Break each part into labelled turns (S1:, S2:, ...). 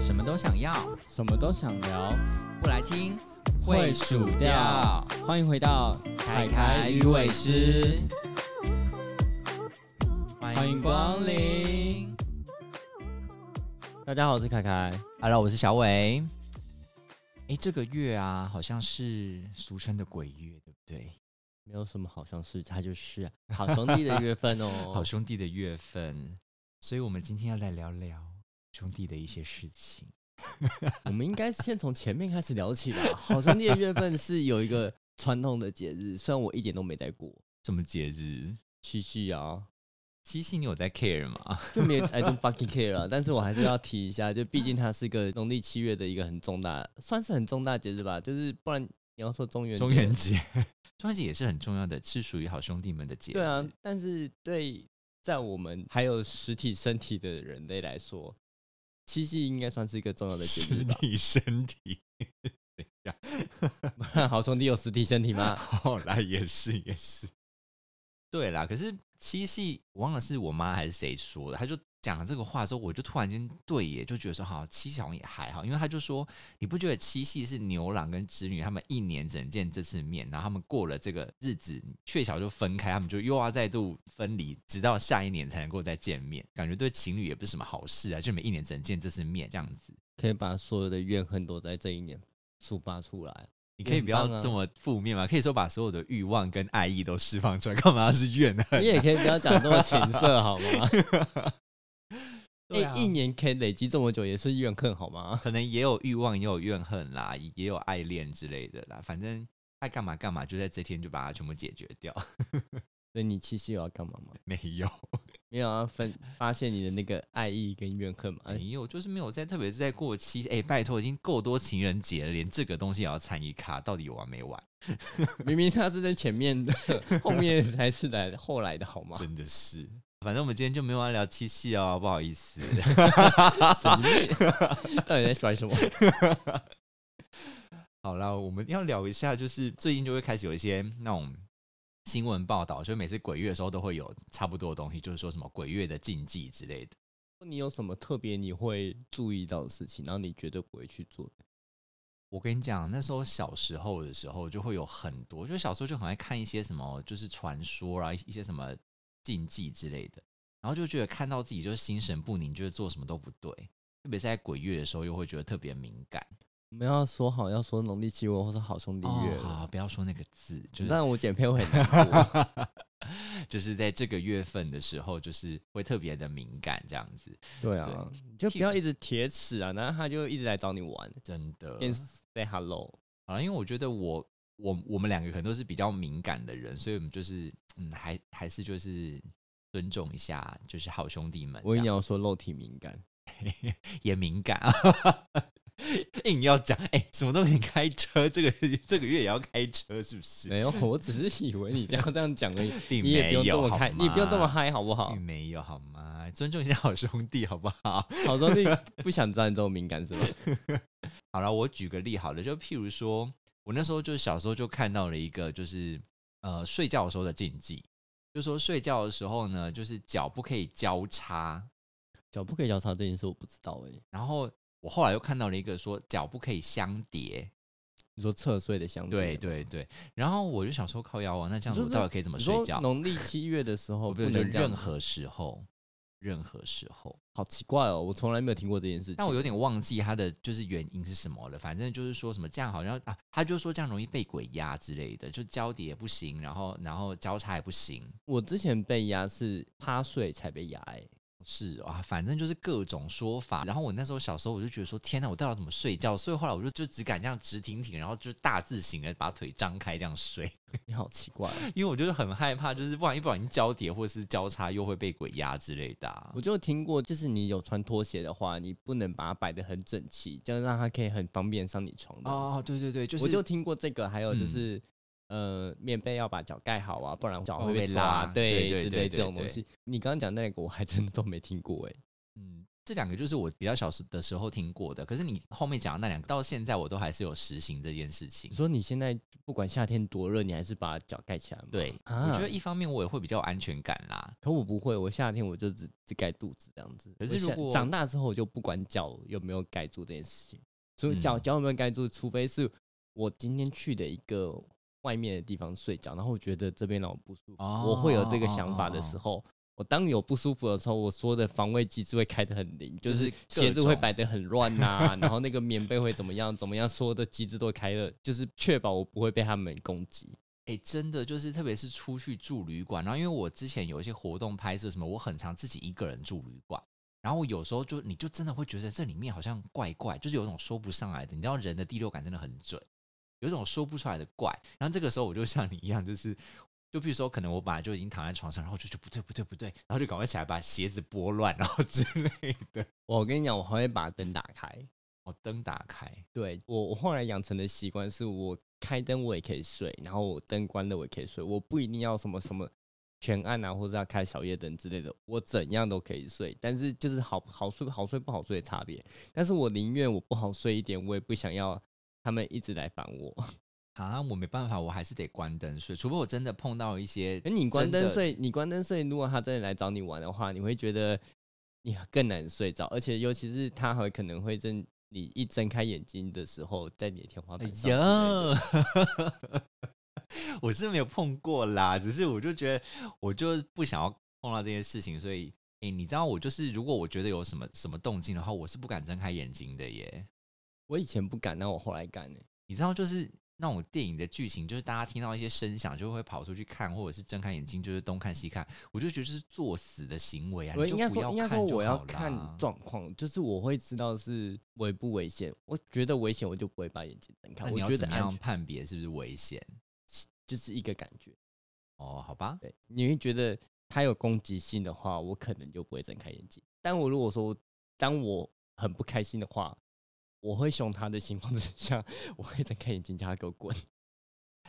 S1: 什么都想要，
S2: 什么都想聊，
S1: 不来听
S2: 会数掉。欢迎回到凯凯鱼尾狮，，欢迎光临。大家好，我是凯凯。
S1: Hello，我是小伟。哎，这个月啊，好像是俗称的鬼月，对不对？
S2: 没有什么好像是，他就是啊 好兄弟的月份哦。
S1: 好兄弟的月份，所以我们今天要来聊聊兄弟的一些事情。
S2: 我们应该先从前面开始聊起吧。好兄弟的月份是有一个传统的节日，虽然我一点都没在过，
S1: 什么节日？
S2: 七夕啊，
S1: 七夕你有在 care 吗？
S2: 就没有 I don't fucking care 啊。但是我还是要提一下，就毕竟它是一个农历七月的一个很重大，算是很重大节日吧。就是不然你要说中元节
S1: 中元节，中元节也是很重要的，是属于好兄弟们的节日。
S2: 对啊，但是对在我们还有实体身体的人类来说，七夕应该算是一个重要的节日
S1: 实
S2: 吧？
S1: 体身体。
S2: 不 然好兄弟有实体身体吗？
S1: 后来哦也是也是， 对啦。可是七夕，我忘了是我妈还是谁说的，她就讲了这个话之后，我就突然间对耶，就觉得说好，七夕好像也还好，因为她就说，你不觉得七夕是牛郎跟织女他们一年只能见这次面，然后他们过了这个日子，鹊桥就分开，他们就又要再度分离，直到下一年才能够再见面，感觉对情侣也不是什么好事啊，就每一年只能见这次面这样子。
S2: 可以把所有的怨恨都在这一年抒发出 来。
S1: 你可以
S2: 很
S1: 不要
S2: 棒啊
S1: 这么负面嘛？可以说把所有的欲望跟爱意都释放出来，干嘛要是怨恨？
S2: 你也可以不要讲这么情色好 吗？哎
S1: 对啊
S2: 一一年可以累积这么久，也是怨恨好吗？
S1: 可能也有欲望，也有怨恨啦，也有爱恋之类的啦。反正爱干嘛干嘛，就在这天就把它全部解决掉。
S2: 所以你七夕有要干嘛吗？
S1: 没有，
S2: 没有要分发现你的那个爱意跟怨恨嘛？哎
S1: 没有，就是没有在，特别是在过期。哎、拜托，已经够多情人节了，连这个东西也要参与卡，到底有完没完？
S2: 明明他是在前面的， 后面才是来后来的好吗？
S1: 真的是。反正我们今天就没有要聊七夕哦，不好意思。
S2: 神经病 到底在甩什么？
S1: 好啦，我们要聊一下，就是最近就会开始有一些那种新闻报道，就每次鬼月的时候都会有差不多的东西，就是说什么鬼月的禁忌之类的。
S2: 你有什么特别你会注意到的事情，然后你绝对不会去做的？
S1: 我跟你讲，那时候小时候的时候，就会有很多，就小时候就很爱看一些什么，就是传说啊，一些什么禁忌之类的，然后就觉得看到自己就是心神不宁，就是做什么都不对，特别是在鬼月的时候，又会觉得特别敏感。
S2: 我们要说好，要说农历七月或是好兄弟月
S1: 哦，好，
S2: 了。
S1: 不要说那个字，就
S2: 但
S1: 是
S2: 我剪片会很难过。
S1: 就是在这个月份的时候，就是会特别的敏感，这样子，
S2: 对啊，你就不要一直铁齿啊，然后他就一直来找你玩，
S1: 真的。
S2: 边 say hello。
S1: 好啊了，因为我觉得我我我们两个可能都是比较敏感的人，所以我们就是嗯，还还是就是尊重一下，就是好兄弟们这样，
S2: 我跟你讲，我说肉体敏感，
S1: 也敏感，啊 硬要讲哎、什么都可以开车，这个这个月也要开车，是不是？
S2: 没有，我只是以为你这样这样讲 而已，
S1: 并
S2: 你也
S1: 没
S2: 不用这
S1: 有，
S2: 么
S1: 好
S2: 嗨，
S1: 吗
S2: 你不用这么，嗨，好不好
S1: 并？没有好吗？尊重一下好兄弟，好不好？
S2: 好兄弟不想知道你这么敏感是吧？
S1: 好了，我举个例好了，就譬如说，我那时候就小时候就看到了一个，就是呃睡觉的时候的禁忌，就说睡觉的时候呢，就是脚不可以交叉。
S2: 脚不可以交叉这件事我不知道哎、
S1: 然后我后来又看到了一个说脚不可以相叠，
S2: 你说侧睡的相
S1: 对
S2: 吗
S1: 对对。然后我就想说靠腰啊，那这样
S2: 你
S1: 子我
S2: 说这
S1: 到底可以怎么
S2: 你
S1: 睡
S2: 说
S1: 觉？
S2: 农历七月的时候
S1: 我
S2: 不
S1: 不能
S2: 能这样
S1: 任
S2: 子
S1: 何时候，任何时候。
S2: 好奇怪哦，我从来没有听过这件事情。
S1: 但我有点忘记它的就是原因是什么了。反正就是说什么这样好像啊，他就说这样容易被鬼压之类的，就交叠也不行，然后然后交叉也不行，
S2: 我之前被压是趴睡才被压哎、
S1: 是啊，反正就是各种说法。然后我那时候小时候我就觉得说，天哪，我到底要怎么睡觉？所以后来我就就只敢这样直挺挺，然后就大字型的把腿张开这样睡，
S2: 你好奇怪、 哦。
S1: 因为我就是很害怕，就是不然一不小心交叠或是交叉又会被鬼压之类的啊、
S2: 我就听过，就是你有穿拖鞋的话，你不能把它摆得很整齐，这样让它可以很方便上你床的。哦，
S1: 哦，对对对，就是
S2: 我就听过这个，还有就
S1: 嗯
S2: 是、呃，棉被要把脚盖好啊，不然脚
S1: 哦
S2: 会
S1: 被
S2: 被抓
S1: 拉
S2: 啊，
S1: 对
S2: 对
S1: 对
S2: 之类
S1: 对
S2: 这种
S1: 对
S2: 东西。你刚刚讲那个，我还真的都没听过哎、
S1: 嗯，这两个就是我比较小时的时候听过的，可是你后面讲的那两个，到现在我都还是有实行这件事情
S2: 你。说你现在不管夏天多热，你还是把脚盖起来吗？
S1: 对，
S2: 啊
S1: 我觉得一方面我也会比较有安全感啦。
S2: 可我不会，我夏天我就只只盖肚子这样子。
S1: 可
S2: 我
S1: 是如
S2: 夏
S1: 果
S2: 长大之后，我就不管脚有没有盖住这件事情，所以脚
S1: 嗯
S2: 脚有没有盖住，除非是我今天去的一个外面的地方睡觉，然后我觉得这边让我不舒服，我会有这个想法的时
S1: 候，
S2: 候。我当有不舒服的时候，我说的防卫机制会开得很灵，就
S1: 就是
S2: 是
S1: 各
S2: 鞋子会
S1: 种
S2: 摆得很乱呐、然后那个棉被会怎么样怎么样，所有的机制都会开了，就是确保我不会被他们攻击。
S1: 哎、真的就是特别是出去住旅馆，然后因为我之前有一些活动拍摄什么，我很常自己一个人住旅馆。然后我有时候就你就真的会觉得这里面好像怪怪，就是有种说不上来的。你知道人的第六感真的很准，有一种说不出来的怪。然后这个时候我就像你一样，就是就比如说可能我本来就已经躺在床上，然后我就觉得不对不对不对，然后就赶快起来把鞋子拨乱，然后之类的。
S2: 我跟你讲，我还会把灯打开，
S1: 哦，灯打开，
S2: 对我，我后来养成的习惯是我开灯我也可以睡，然后我灯关了我也可以睡，我不一定要什么什么全暗啊，或者要开小夜灯之类的，我怎样都可以睡。但是就是好好睡好睡不好睡的差别，但是我宁愿我不好睡一点，我也不想要他们一直来烦我。
S1: 啊，我没办法，我还是得关灯睡，除非我真的碰到一些
S2: 哎，你关
S1: 真的
S2: 灯睡，你关灯睡，如果他真的来找你玩的话，你会觉得你更难睡着，而且尤其是他还可能会睁你一睁开眼睛的时候，在你的天花板上之类的。
S1: 哎呀， 我是没有碰过啦，只是我就觉得我就不想要碰到这件事情，所以。哎、你知道我就是，如果我觉得有什么什么动静的话，我是不敢睁开眼睛的耶。
S2: 我以前不敢，但我后来敢、欸。
S1: 你知道，就是那种电影的剧情，就是大家听到一些声响就会跑出去看，或者是睁开眼睛就是东看西看，我就觉得这是作死的行为啊！
S2: 我
S1: 你就
S2: 应该
S1: 不
S2: 说，应该
S1: 看
S2: 说
S1: 就
S2: 我要
S1: 好
S2: 看
S1: 啦
S2: 状况，就是我会知道是危不危险。我觉得危险，我就不会把眼睛睁开。
S1: 那
S2: 我
S1: 你要
S2: 觉得
S1: 怎么
S2: 安
S1: 样
S2: 全
S1: 判别是不是危险？
S2: 就是一个感觉。
S1: 哦，好吧，
S2: 对，你会觉得它有攻击性的话，我可能就不会睁开眼睛。但我如果说当我很不开心的话，我会凶他的情况之 下，我会睁开眼睛叫他给我滚。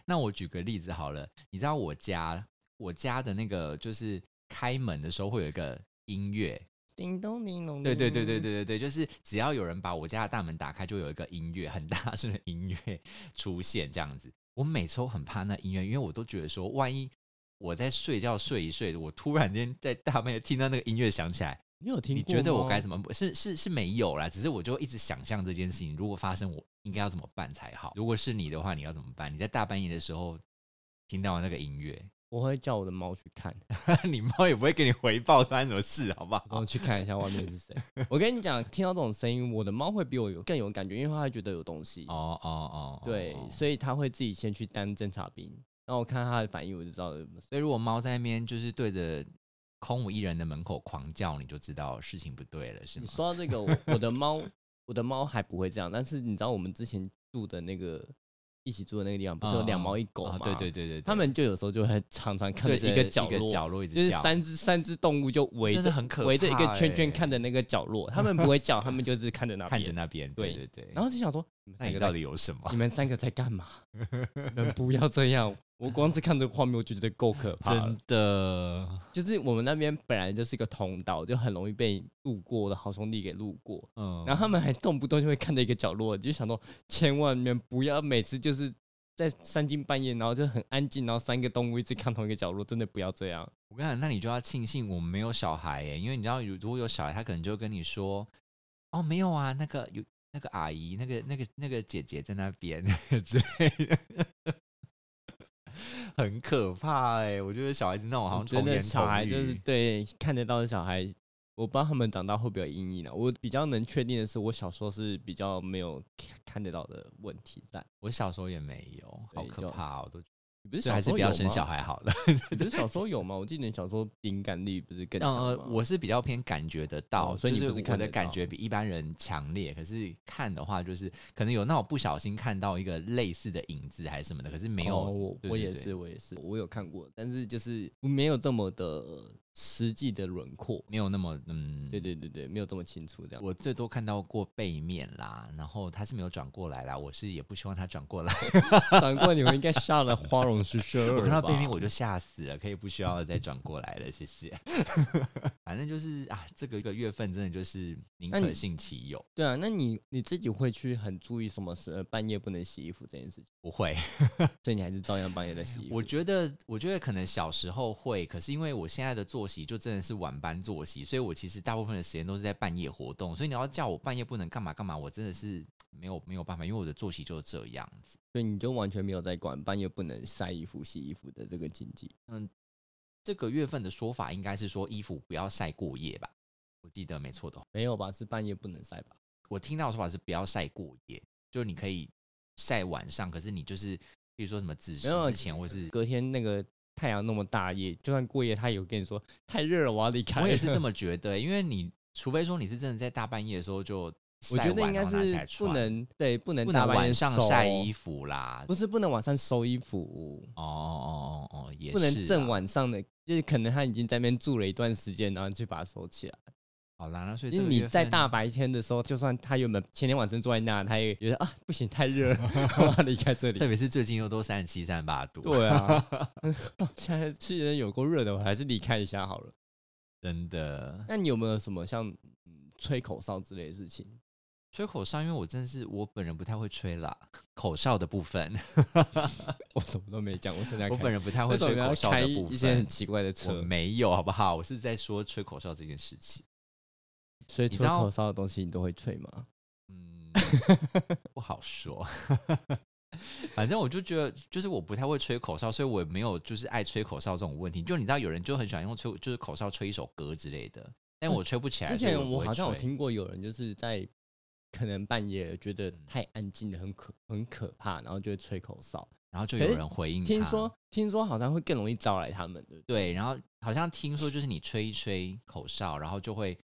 S1: 那我举个例子好了，你知道我家我家的那个就是开门的时候会有一个音乐，
S2: 叮咚叮咚。
S1: 对对对对
S2: 叮咚。
S1: 对对对，就是只要有人把我家的大门打开，就有一个音乐很大声的音乐 出现这样子。我每次都很怕那音乐，因为我都觉得说，万一我在睡觉睡一睡，我突然间在大半夜听到那个音乐响起来，
S2: 你有听
S1: 你
S2: 过
S1: 觉得我
S2: 吗
S1: 该怎么？是是是没有啦，只是我就一直想象这件事情，如果发生，我应该要怎么办才好？如果是你的话，你要怎么办？你在大半夜的时候听到那个音乐，
S2: 我会叫我的猫去看。
S1: 你猫也不会给你回报发生什么事，好不
S2: 然
S1: 好
S2: 后？去看一下外面 是谁。我跟你讲，听到这种声音，我的猫会比我有更有感觉，因为它会觉得有东西。
S1: 哦哦哦，
S2: 对，
S1: 哦
S2: 所以它会自己先去当侦察兵，然后我看它的反应，我就知道嗯有没有事。
S1: 所以如果猫在那边就是对着空无一人的门口狂叫，你就知道事情不对了，是
S2: 你
S1: 吗？
S2: 说到这个，我我的猫， 我的猫还不会这样，但是你知道我们之前住的那个一起住的那个地方，不是有两猫一狗
S1: 啊
S2: 吗？
S1: 对对对对，
S2: 他们就有时候就会常常看着
S1: 对
S2: 一个角
S1: 一个
S2: 落，
S1: 角落一直
S2: 就是
S1: 叫
S2: 三只三只动物就围
S1: 真的
S2: 着
S1: 很可
S2: 围着一个
S1: 怕
S2: 圈圈
S1: 欸
S2: 看着那个角落，他们不会叫，他们就是看着 那
S1: 看着
S2: 边，
S1: 那边，对对对。
S2: 然后就想说，你们
S1: 那
S2: 三
S1: 你
S2: 个
S1: 到
S2: 到底。
S1: 底有什么
S2: 你？们三个在干嘛？ 你们不要这样！我光是看这个画面，我就觉得够可怕了
S1: 真。的，
S2: 就是我们那边本来就是一个通道，就很容易被路过的好兄弟给路过，
S1: 嗯，
S2: 然后他们还动不动就会看到一个角落，就想说千万你们不要每次就是在三更半夜，然后就很安静，然后三个动物一直看同一个角落，真的不要这样。
S1: 我跟你讲，那你就要庆幸我们没有小孩耶，因为你知道，如如果有小孩，他可能就会跟你说：“哦，没有啊，那个有那个阿姨，那个那个那个姐姐在那边 之类的。” 很可怕哎、我觉得小孩子那种好像
S2: 我觉
S1: 童
S2: 得
S1: 言
S2: 小孩
S1: 童
S2: 就是
S1: 语
S2: 对看得到的小孩，我不知道他们长大会不会有阴影啊。我比较能确定的是，我小时候是比较没有看看得到的问题在。
S1: 我小时候也没有，好
S2: 对
S1: 可
S2: 就
S1: 怕、哦，我都觉
S2: 你不是
S1: 得
S2: 小
S1: 还
S2: 时
S1: 是
S2: 候
S1: 不
S2: 有
S1: 要
S2: 吗
S1: 生小？孩好了。
S2: 你不是小时候有吗？我记得你小时候敏感力不是更
S1: 嗯
S2: 强吗？
S1: 呃，我是比较偏感觉得到，
S2: 哦所以
S1: 就
S2: 你不
S1: 是
S2: 是
S1: 我
S2: 看
S1: 的
S2: 得
S1: 感
S2: 到
S1: 觉比一般人强烈。可是看的话，就是可能有那种不小心看到一个类似的影子还是什么的，可是没有。
S2: 哦我
S1: 对
S2: 我
S1: 对
S2: 也
S1: 对
S2: 是，我也是，我有看过，但是就是没有这么的呃实际的轮廓。
S1: 没有那么嗯，
S2: 对对对对，没有这么清楚这样。
S1: 我最多看到过背面啦，然后他是没有转过来啦，我是也不希望他转过 来。
S2: 长官，你们应该吓得花容失色
S1: 我
S2: 了吧。
S1: 看到背面我就吓死了，可以不需要再转过来了，谢谢。 反正就是啊，这个一个月份真的就是宁
S2: 那
S1: 可
S2: 你
S1: 信其有，
S2: 对啊，那你你自己会去很注意什么是呃半夜不能洗衣服这件事情，
S1: 不会。
S2: 所以你还是照样半夜在洗衣服。
S1: 我觉得，我觉得可能小时候会，可是因为我现在的作息就真的是晚班作息，所以我其实大部分的时间都是在半夜活动。所以你要叫我半夜不能干嘛干嘛，我真的是没有没有办法，因为我的作息就是这样子。
S2: 所以你就完全没有在管半夜不能晒衣服、洗衣服的这个禁忌。
S1: 这个月份的说法应该是说衣服不要晒过夜吧，我记得没错的话。
S2: 没有吧？是半夜不能晒吧？
S1: 我听到的说法是不要晒过夜，就是你可以晒晚上，可是你就是比如说什么子时
S2: 没有啊
S1: 之前，或 是
S2: 隔天那个太阳那么大夜，就算过夜，他也会跟你说太热了，我要离开。
S1: 我也是 这，么觉得，因为你除非说你是真的在大半夜的时候就
S2: 我
S1: 晒
S2: 觉得
S1: 完
S2: 应
S1: 然
S2: 该
S1: 后拿起
S2: 是
S1: 来穿。
S2: 不能对，不能
S1: 不
S2: 大
S1: 能
S2: 半夜
S1: 晚上
S2: 收
S1: 晒衣，服啦。
S2: 不是不能晚上收衣服，
S1: 哦哦哦哦哦，也是啊
S2: 不能正
S1: 啦。
S2: 晚上的，就是可能他已经在那边住了一段时间，然后你去把它收起来。
S1: 好啦，那所以
S2: 因
S1: 这
S2: 为
S1: 个
S2: 你
S1: 月
S2: 在
S1: 份
S2: 大白天的时候，就算他原本前天晚上坐在那，他也觉得啊不行，太热 了，我要离开这里
S1: 特。别是最近又都三十七、三十八度，
S2: 对啊， 现在虽然有够热的，我还是离开一下好了。
S1: 真的
S2: 那你有没有什么像嗯吹口哨之类的事情？
S1: 吹口哨，因为我真的是我本人不太会吹啦，口哨的部分，
S2: 我什么都没讲，我正在
S1: 我本
S2: 人
S1: 人不太
S2: 为
S1: 会
S2: 什么
S1: 吹
S2: 要
S1: 口哨
S2: 开
S1: 的部
S2: 一些很
S1: 分，
S2: 奇怪的
S1: 我
S2: 车？
S1: 没有，好不好？我是在说吹口哨这件事情，
S2: 所以
S1: 你知
S2: 吹
S1: 道
S2: 口哨的东西你都会吹吗？
S1: 嗯，不好说。 反正我就觉得，就是我不太会吹口哨，所以我也没有就是爱吹口哨这种问题。就你知道，有人就很喜欢用吹，就是口哨吹一首歌之类的，但我吹不起来。
S2: 嗯之
S1: 所以
S2: 前
S1: 我
S2: 我
S1: 不会
S2: 好像有
S1: 吹，
S2: 听过有人就是在可能半夜觉得
S1: 嗯
S2: 太安静的很可很可怕，然后就会吹口哨。
S1: 然后就
S2: 可
S1: 有
S2: 是
S1: 人回应他。
S2: 听说听说好像会更容易招来他们，对不对？
S1: 对，然后好像听说就是你吹一吹口哨，然后就会。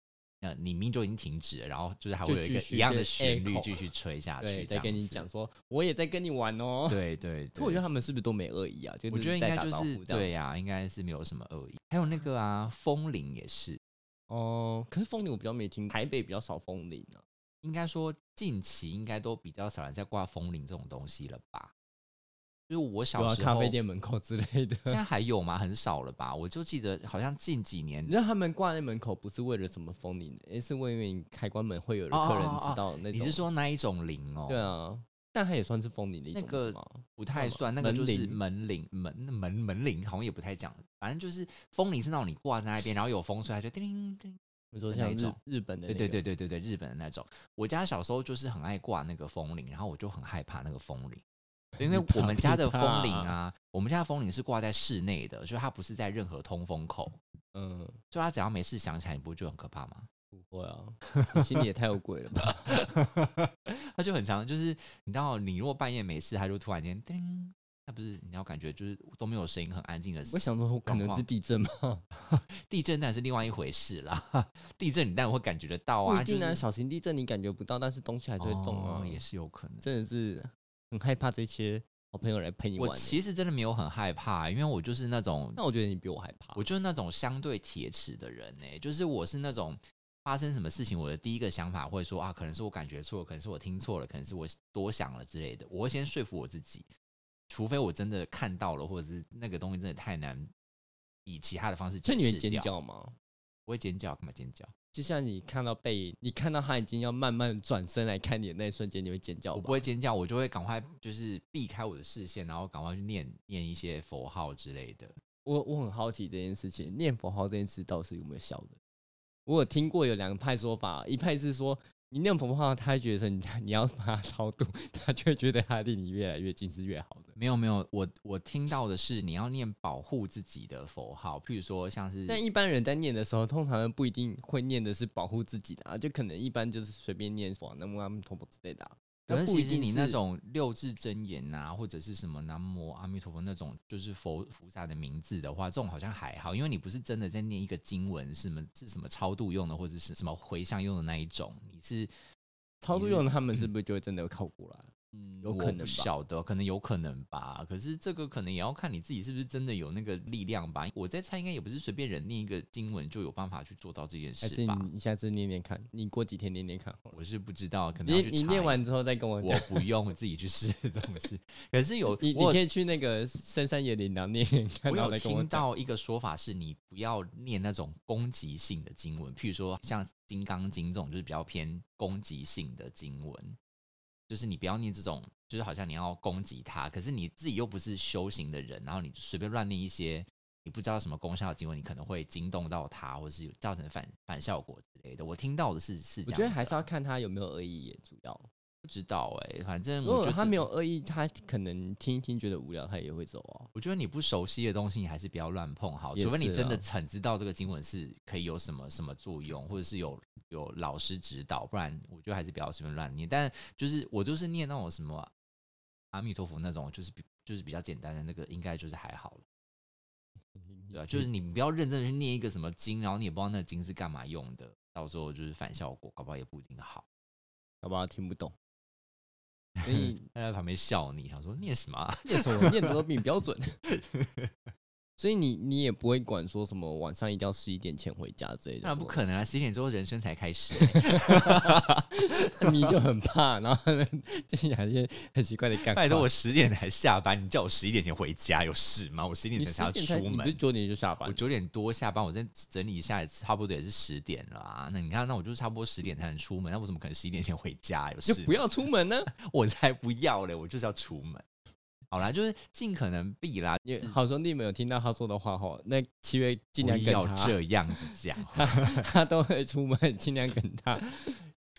S1: 呃，你命就已经停止了，然后就是还会
S2: 就
S1: 有一
S2: 继
S1: 个
S2: 续
S1: 一样
S2: 跟
S1: 的旋律
S2: echo
S1: 继续吹下去，
S2: 对，
S1: 这
S2: 在
S1: 样
S2: 跟你
S1: 子
S2: 讲。说，我也在跟你玩哦。
S1: 对对
S2: 可我
S1: 对
S2: 觉得他们是不是都没恶意啊？就
S1: 我觉得应
S2: 在
S1: 该
S2: 打
S1: 就
S2: 招
S1: 是
S2: 呼这样
S1: 对啊
S2: 子
S1: 呀、应该是没有什么恶意。还有那个啊，风铃也是，
S2: 哦，可是风铃我比较没听，台北比较少风铃啊。
S1: 应该说近期应该都比较少人在挂风铃这种东西了吧？就是我
S2: 有
S1: 小
S2: 啊，
S1: 时候，
S2: 咖啡店门口之类 的。
S1: 现在还有吗？很少了吧？我就记得好像近几年
S2: 你知道他们挂在门口不是为了什么风铃，而是为为你开关门会有
S1: 哦哦
S2: 客人
S1: 哦哦
S2: 知道那种。
S1: 你是说那一种铃哦？
S2: 对，啊，但它也算是风铃的一
S1: 那
S2: 种
S1: 个
S2: 是吗
S1: 不太算，那个
S2: 门
S1: 就是
S2: 铃
S1: 门铃门门门铃，好像也不太讲。反正就是风铃是那种你挂在那边，然后有风吹，它就叮叮叮。
S2: 你说
S1: 的
S2: 像
S1: 那
S2: 日
S1: 种
S2: 日本的那
S1: 对
S2: 个，
S1: 对对对对对，日本的那种。我家小时候就是很爱挂那个风铃，然后我就很害怕那个风铃，因为
S2: 你怕
S1: 我们家
S2: 不
S1: 的
S2: 怕
S1: 风铃啊，我们家的风铃是挂在室内的，就它不是在任何通风口，
S2: 嗯，
S1: 所以它只要没事响起来，你不会觉得很可怕吗？
S2: 不会啊，你心里也太有鬼了吧？
S1: 它就很常就是你知道，你如果半夜没事，它就突然间叮，那不是你要感觉就是都没有声音，很安静的。
S2: 我想说，可能
S1: 状
S2: 是
S1: 况
S2: 地震嘛，
S1: 地震那是另外一回事啦，地震你当然会感觉得到
S2: 不
S1: 啊，
S2: 一定啊，
S1: 就是
S2: 小型地震你感觉不到，但是东西还是会动啊，
S1: 哦也是有可能。
S2: 真的是很害怕这些好朋友来陪你玩
S1: 我
S2: 欸。
S1: 其实真的没有很害怕，因为我就是那种
S2: 那我觉得你比我害怕
S1: 我。就是那种相对铁齿的人呢、就是我是那种发生什么事情，我的第一个想法会说啊，可能是我感觉错了，可能是我听错了，可能是我多想了之类的，我会先说服我自己，除非我真的看到了，或者是那个东西真的太难以其他的方式解
S2: 所以你
S1: 释
S2: 会尖
S1: 掉，
S2: 叫吗？
S1: 我会尖叫，干嘛尖叫？
S2: 就像你看到背影，你看到他已经要慢慢转身来看你的那一瞬间，你会尖叫吧？
S1: 我不会尖叫，我就会赶快就是避开我的视线，然后赶快去念念一些佛号之类的。
S2: 我我很好奇这件事情，念佛号这件事到底是有没有效的？我有听过有两派说法，一派是说你念佛号，他会觉得说你你要把他超度， 他就会觉得他离你越来越近是越好的。
S1: 没有没有，我我听到的是你要念保护自己的佛号，譬如说像是
S2: 但一般人在念的时候，通常不一定会念的是保护自己的啊，就可能一般就是随便念佛、啊南无阿弥陀佛之类的、啊。
S1: 可
S2: 那
S1: 是
S2: 不
S1: 其
S2: 一
S1: 实
S2: 定
S1: 你那
S2: 是
S1: 种六字真言啊，或者是什么南无阿弥陀佛那种，就是佛菩萨的名字的话，这种好像还好，因为你不是真的在念一个经文，是什么是什么超度用的，或者是什么回向用的那一种，你是
S2: 超度用的他们是不是就会真的靠过来？啊
S1: 嗯，
S2: 有
S1: 我
S2: 可
S1: 不
S2: 能吧
S1: 晓得，可能有可能吧。可是这个可能也要看你自己是不是真的有那个力量吧。我在猜，应该也不是随便人念一个经文就有办法去做到这件
S2: 还
S1: 事
S2: 是
S1: 吧。
S2: 你你下次念念看，你过几天念念看好了。
S1: 我是不知道，可能
S2: 你
S1: 要去
S2: 你
S1: 查
S2: 念
S1: 一
S2: 完之后再跟我
S1: 下，
S2: 讲
S1: 我。不用我自己去试这种事。可是有
S2: 你你
S1: 我
S2: 可以去那个深山野林然后念念看，
S1: 我
S2: 然后
S1: 有
S2: 再跟我
S1: 听
S2: 讲。
S1: 到一个说法是，你不要念那种攻击性的经文，譬如说像《金刚经》这种，就是比较偏攻击性的经文，就是你不要念这种，就是好像你要攻击他，可是你自己又不是修行的人，然后你就随便乱念一些你不知道什么功效的经文，你可能会惊动到他，或是有造成反反效果之类的。我听到的是是这样子
S2: 我
S1: 啊，
S2: 觉得还是要看他有没有恶意，也主要。
S1: 不知道哎、反正
S2: 如
S1: 我觉
S2: 果
S1: 得
S2: 他没有，恶意，他可能听一听觉得无聊，他也会走哦。
S1: 我觉得你不熟悉的东西，你还是不要乱碰好，
S2: 也
S1: 除非你
S2: 是
S1: 真的
S2: 啊
S1: 很知道这个经文是可以有什么什么作用，或者是有有老师指导，不然我觉得还是不要随便乱念。但就是我就是念那种什么阿弥陀佛那种，就是比就是比较简单的那个，应该就是还好了，对吧、
S2: 啊嗯
S1: 就是你不要认真地去念一个什么经，然后你也不知道那个经是干嘛用的，到时候就是反效果，搞不好也不一定好。
S2: 好不好？听 不懂。所以
S1: 他在旁边笑你，想说
S2: 嗯
S1: 念什么啊、
S2: 念什么念的都比你 标准。所以你你也不会管说什么晚上一定要十一点前回家之类的。
S1: 当然不可能啊！十一点之后人生才开始、
S2: 能，你就很怕，然后呢， 这些还是很奇怪的干话。
S1: 拜托，我十点才下班，你叫我十一点前回家有事吗？我十一
S2: 你
S1: 点才
S2: 十
S1: 要
S2: 点才，
S1: 出
S2: 你不是
S1: 门，
S2: 九点就下班
S1: 我
S2: 了？
S1: 九点多下班，我再整理一下，差不多也是十点了啊。那你看，那我就差不多十点才能出门，那我怎么可能十一点前回家？有
S2: 就
S1: 事吗
S2: 不要出门呢？
S1: 我才不要嘞，我就是要出门。好啦，就是尽可能避啦，
S2: 你好兄弟们有听到他说的话吼，那七月尽量
S1: 不
S2: 跟
S1: 要
S2: 他，
S1: 这样子讲。
S2: 他都会出门，尽量跟他。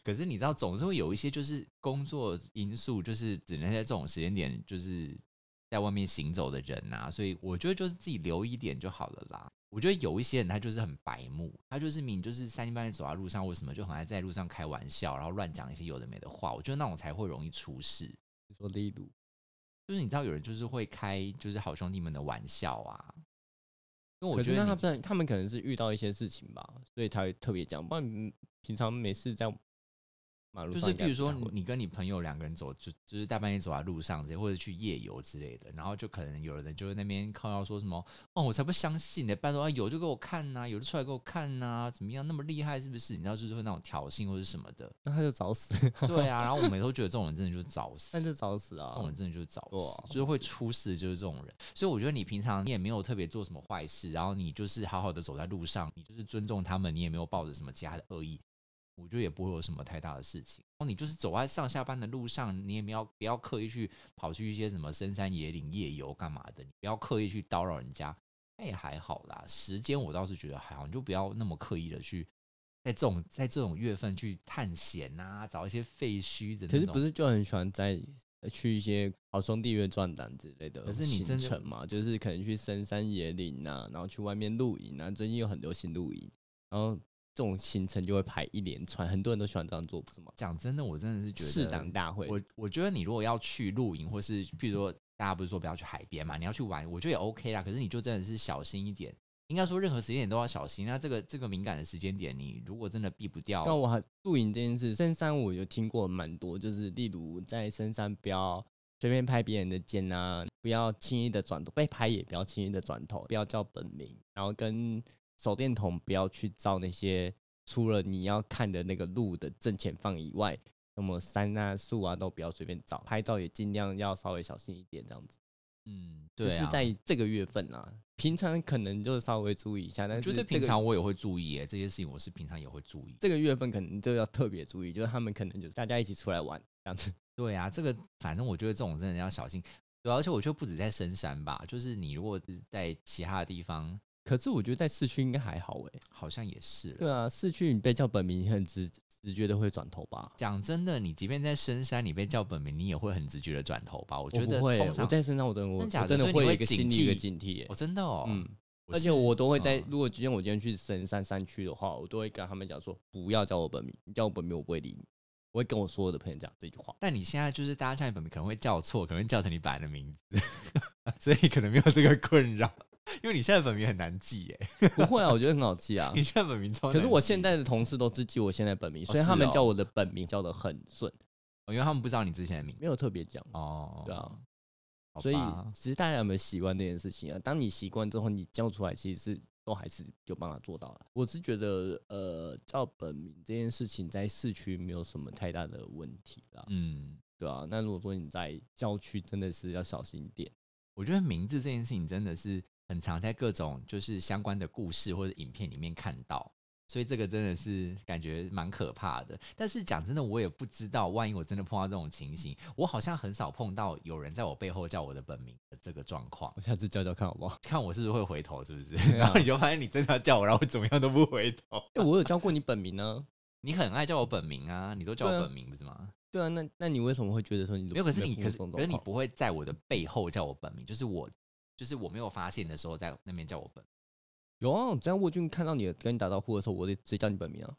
S1: 可是你知道，总是会有一些就是工作因素，就是只能在这种时间点，就是在外面行走的人啊，所以我觉得就是自己留一点就好了啦。我觉得有一些人他就是很白目，他就是明明就是三更半夜走在路上，为什么就很爱在路上开玩笑，然后乱讲一些有的没的话，我觉得那种才会容易出事。
S2: 说例如，
S1: 就是你知道有人就是会开就是好兄弟们的玩笑啊，因为我
S2: 可
S1: 觉
S2: 是
S1: 得
S2: 那他
S1: 你
S2: 不然他们可能是遇到一些事情吧，所以才会特别讲。不然平常没事在马路
S1: 就
S2: 上，
S1: 是比如说
S2: 应该不太会
S1: 你跟你朋友两个人走，就就是大半夜走在路上之类，或者去夜游之类的，然后就可能有人就在那边靠腰说什么哦，我才不相信呢，拜托啊，有就给我看呐、有就出来给我看呐、怎么样那么厉害是不是？你知道就是会那种挑衅或者什么的，
S2: 那他就找死，
S1: 对哦啊，然后我们都觉得这种人真的就是找死
S2: 那。就找死
S1: 这
S2: 啊
S1: 种！人真的就是找
S2: 对
S1: 死
S2: 啊，
S1: 就是会出事，就是这种人。所以我觉得你平常你也没有特别做什么坏事，然后你就是好好的走在路上，你就是尊重他们，你也没有抱着什么其他的恶意，我觉得也不会有什么太大的事情。然后你就是走在上下班的路上，你也没有不要刻意去跑去一些什么深山野岭夜游干嘛的，你不要刻意去叨扰人家，那也还好啦。时间我倒是觉得还好，你就不要那么刻意的去。在这种在这种月份去探险呐、找一些废墟的那
S2: 可
S1: 种。
S2: 是不是就很喜欢在呃去一些好兄弟约转档之类的
S1: 可是你
S2: 行
S1: 真的
S2: 程嘛？就是可能去深山野岭啊，然后去外面露营啊。最近有很流行露营，然后这种行程就会排一连串，很多人都喜欢这样做，不是吗？
S1: 讲真的，我真的是觉得
S2: 市长大会，
S1: 我我觉得你如果要去露营，或是譬如说大家不是说不要去海边嘛，你要去玩，我觉得也 OK 啦。可是你就真的是小心一点，应该说任何时间点都要小心。那这个这个敏感的时间点，你如果真的避不掉，
S2: 但我还啊露营这件事，深山我有听过蛮多，就是例如在深山不要随便拍别人的肩啊，不要轻易的转头，被拍也不要轻易的转头，不要叫本名，然后跟手电筒不要去照那些除了你要看的那个路的正前方以外，那么山啊树啊都不要随便照，拍照也尽量要稍微小心一点，这样子。
S1: 嗯，对、啊，
S2: 就是在这个月份啊，平常可能就稍微注意一下，但
S1: 我
S2: 是
S1: 觉得
S2: 这
S1: 平
S2: 个
S1: 常我也会注意、欸、这些事情，我是平常也会注意。
S2: 这个月份可能就要特别注意，就是他们可能就是大家一起出来玩这样子。
S1: 对啊，这个反正我觉得这种真的要小心。对啊、而且我觉得不止在深山吧，就是你如果是在其他的地方，
S2: 可是我觉得在市区应该还好哎、
S1: 好像也是了。
S2: 对啊，市区你被叫本名，你很直直觉的会转头吧？
S1: 讲真的，你即便在深山，你被叫本名，你也会很直觉的转头吧？我
S2: 我
S1: 觉得
S2: 不会欸、
S1: 通常
S2: 我在身上我真的我
S1: 真假的
S2: 我
S1: 所
S2: 真的
S1: 以你
S2: 会有
S1: 会
S2: 一个
S1: 警
S2: 心理一个
S1: 惕
S2: 警惕、欸
S1: 我。真的哦，
S2: 嗯，而
S1: 是
S2: 且我都会在，
S1: 嗯
S2: 如果今天我今天去深山山区的话，我都会跟他们讲说，不要叫我本名，你叫我本名我不会理你，我会跟我所有的朋友讲这句话。
S1: 但你现在就是大家叫你本名，可能会叫错，可能会叫成你本来的名字， 所以可能没有这个困扰，因为你现在本名很难记耶，
S2: 不会啊，我觉得很好记啊
S1: 你。现在本名超难
S2: 可
S1: 记。
S2: 是我现在的同事都是记我现在本名，
S1: 哦
S2: 所以他们
S1: 是哦
S2: 叫我的本名叫的很顺。
S1: 哦因为他们不知道你之前的名字
S2: 没有特别讲。
S1: 哦，
S2: 对啊
S1: 好吧，
S2: 所以只是大家有没有习惯这件事情啊？当你习惯之后，你叫出来其实是都还是有办法做到的。我是觉得，呃，叫本名这件事情在市区没有什么太大的问题啦，
S1: 嗯，
S2: 对啊，那如果说你在郊区，真的是要小心一点。
S1: 我觉得名字这件事情真的是很常在各种就是相关的故事或者影片里面看到，所以这个真的是感觉蛮可怕的。但是讲真的，我也不知道，万一我真的碰到这种情形，我好像很少碰到有人在我背后叫我的本名的这个状况。
S2: 我下次教教看好不好？
S1: 看我是不是会回头，是不是？
S2: 啊
S1: 然后你就发现你真的要叫我，然后我怎么样都不回头。
S2: 哎、我有教过你本名啊呢、
S1: 你很爱叫我本名啊，你都叫
S2: 对
S1: 我
S2: 啊
S1: 本名、不是吗？
S2: 对啊，那那你为什么会觉得说你
S1: 没有，可是你
S2: 不
S1: 可
S2: 会
S1: 是
S2: 碰
S1: 可是你
S2: 撞到
S1: 不会在我的背后叫我本名，就是我就是我没有发现的时候在那边叫我本名，
S2: 有啊？只要沃俊看到你跟你打招呼的时候，我得直接叫你本名啊。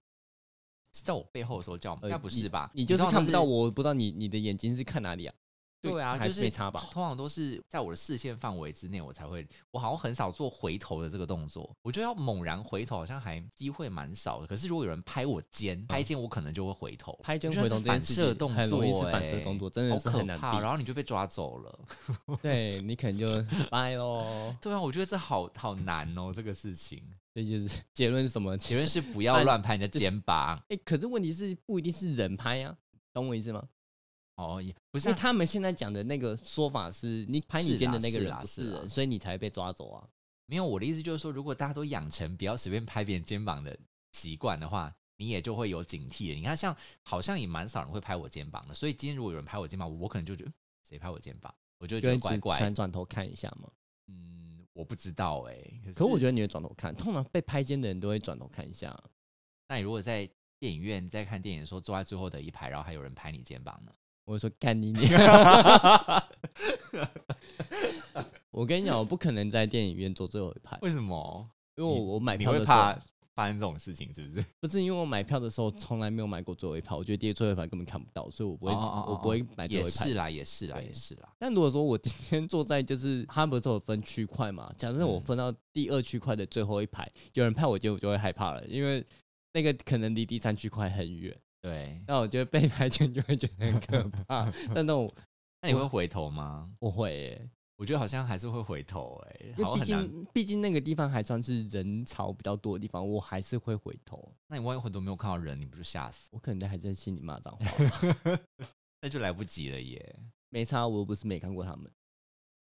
S1: 是在我背后的时候叫吗，
S2: 呃
S1: 应该不是吧？
S2: 你就是
S1: 通常
S2: 看
S1: 都
S2: 不到，我，我不知道你你的眼睛是看哪里啊？
S1: 对啊，
S2: 还
S1: 就是是
S2: 没差吧？
S1: 通常都是在我的视线范围之内，我才会，我好像很少做回头的这个动作。我觉得要猛然回头，好像还机会蛮少的。可是如果有人拍我肩，拍肩我可能就会回头，
S2: 嗯拍肩
S1: 我觉得
S2: 回头
S1: 是
S2: 这件
S1: 反
S2: 事
S1: 射
S2: 情
S1: 动作、
S2: 很容易是反射
S1: 欸
S2: 动作，真的
S1: 好
S2: 是
S1: 可
S2: 很难
S1: 怕，然
S2: 避。
S1: 后你就被抓走了。
S2: 对你可 能就拜喽。
S1: 对啊，我觉得这好好难哦，这个事 情。
S2: 这就是结论是什么？
S1: 结论
S2: 是
S1: 是不要
S2: 按
S1: 乱拍人家肩膀
S2: 哎、可是问题是不一定是人拍呀、懂我意思吗？
S1: 哦，也不是
S2: 因为
S1: 啊
S2: 他们现在讲的那个说法是，你拍
S1: 是
S2: 你肩
S1: 啦
S2: 的那个
S1: 是
S2: 人
S1: 啦
S2: 不
S1: 是
S2: 是
S1: 啦
S2: 人，所以你才被抓走啊。
S1: 没有我的意思就是说，如果大家都养成不要随便拍别人肩膀的习惯的话，你也就会有警惕了。你看像，好像也蛮少人会拍我肩膀的，所以今天如果有人拍我肩膀，我可能就觉得嗯谁拍我肩膀，我就会
S2: 就
S1: 觉
S2: 会
S1: 得怪怪
S2: 转
S1: 的。
S2: 转头看一下嘛。
S1: 嗯，我不知道哎、
S2: 可我觉
S1: 得，
S2: 得你会转头看，通常被拍肩的人都会转头看一下。
S1: 那你如果在电影院在看电影的时候坐在最后的一排，然后还有人拍你肩膀呢？
S2: 我会说干你你， 我跟你讲，我不可能在电影院坐最后一排，
S1: 为什么？
S2: 因为我我买
S1: 你
S2: 票
S1: 会
S2: 的时候
S1: 怕发生这种事情是不是？
S2: 不是因为我买票的时候从来没有买过最后一排，我觉得第最后一排根本看不到，所以我不会
S1: 哦哦哦
S2: 我不会买最
S1: 也
S2: 后一排
S1: 是。啦，也是啦，
S2: 对
S1: 也是啦。
S2: 但如果说我今天坐在就是他们不是有分区块嘛，假设我
S1: 嗯
S2: 分到第二区块的最后一排，有人拍我肩，我就会害怕了，因为那个可能离第三区块很远，
S1: 对，
S2: 那我觉得被拍肩就会觉得很可 怕。但那种
S1: 那你会回头吗？
S2: 我会、欸，
S1: 我觉得好像还是会回头哎、
S2: 因
S1: 好
S2: 为
S1: 像
S2: 毕
S1: 很难。
S2: 竟毕竟那个地方还算是人潮比较多的地方，我还是会回头，
S1: 那你万一回头没有看到人，你不就吓死？
S2: 我可能还在心里骂脏 话，
S1: 那就来不及了耶，
S2: 没差，我又不是没看过他们。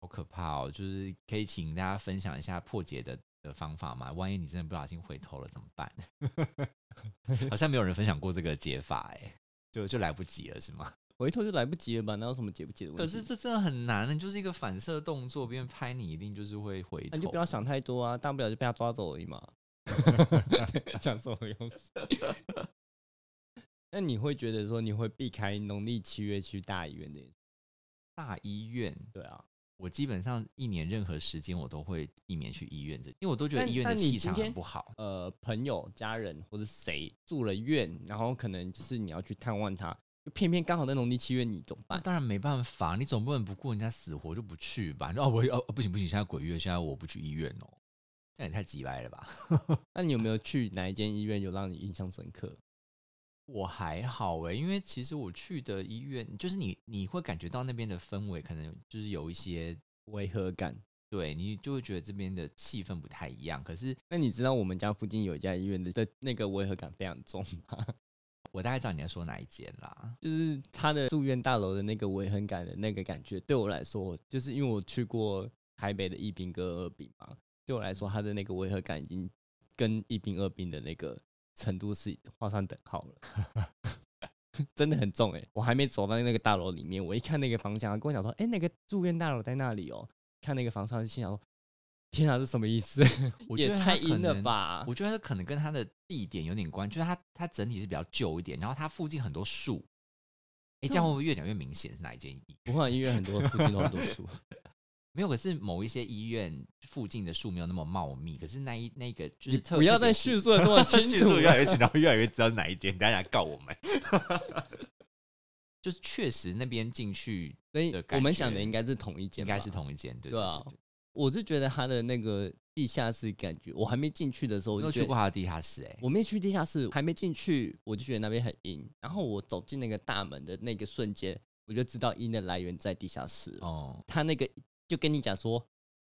S1: 好可怕哦！就是可以请大家分享一下破解的的方法吗？万一你真的不小心回头了怎么办？ 好像没有人分享过这个解法哎，就就来不及了是吗？
S2: 回头就来不及了吧？哪有什么解不解的问
S1: 可
S2: 题？
S1: 是这真的很难，你就是一个反射动作，别人拍你一定就是会回头。
S2: 那你就不要想太多啊，大不了就被他抓走而 已嘛。讲什么东西？ 那你会觉得说你会避开农历七月去大医院这件事？
S1: 大医院，
S2: 对啊，
S1: 我基本上一年任何时间我都会避免去医院这，因为我都觉得
S2: 但
S1: 医院的
S2: 但你
S1: 气场
S2: 今天
S1: 很不好。
S2: 呃，朋友、家人或者谁住了院，然后可能就是你要去探望他，就偏偏刚好在农历七月，你怎么
S1: 那
S2: 办？
S1: 啊当然没办法，你总不能不顾人家死活就不去吧？你 说哦，我哦不行不行，现在鬼月，现在我不去医院哦，这样也太急歪了吧？
S2: 那你有没有去哪一间医院有让你印象深刻？
S1: 我还好诶，因为其实我去的医院，就是你你会感觉到那边的氛围，可能就是有一些
S2: 违和感？
S1: 对你就会觉得这边的气氛不太一样。可是
S2: 那你知道我们家附近有一家医院的的那个违和感非常重吗？
S1: 我大概知道你在说哪一间啦，
S2: 就是他的住院大楼的那个违和感的那个感觉，对我来说，就是因为我去过台北的一兵跟二兵嘛，对我来说，他的那个违和感已经跟一兵二兵的那个程度是画上等号了。 真的很重哎、我还没走到那个大楼里面，我一看那个方向，他跟我讲说：“哎、那个住院大楼在那里哦、看那个方向，心想说：“天啊，这什么意思？
S1: 我觉
S2: 也
S1: 得它
S2: 太
S1: 可
S2: 阴了
S1: 能
S2: 吧
S1: 我觉得可能跟它的地点有点关，就是它它整体是比较旧一点，然后它附近很多树。哎，这样会不会越讲越明显是哪一间医？！”
S2: 不过医院很多附近都很多树，
S1: 没有，可是某一些医院附近的树没有那么茂密，可是那一那个就是特
S2: 不要
S1: 特
S2: 再
S1: 别
S2: 叙述的这么清楚了。
S1: 越清，然后越来越知道是哪一间，大家告我们。 就是确实那边进去
S2: 所以
S1: 的
S2: 我
S1: 感
S2: 们想
S1: 觉
S2: 的应该是同一间
S1: 应
S2: 吧，
S1: 该是同一间，对
S2: 对啊
S1: 对
S2: 我是觉得它的那个地下室感觉，我还没进去的时候
S1: 我
S2: 我就
S1: 有
S2: 觉
S1: 去
S2: 得
S1: 过他的地下室、欸，
S2: 我没去地下室，还没进去，我就觉得那边很阴。然后我走进那个大门的那个瞬间，我就知道阴的来源在地下室了。
S1: 哦，
S2: 他那个就跟你讲说，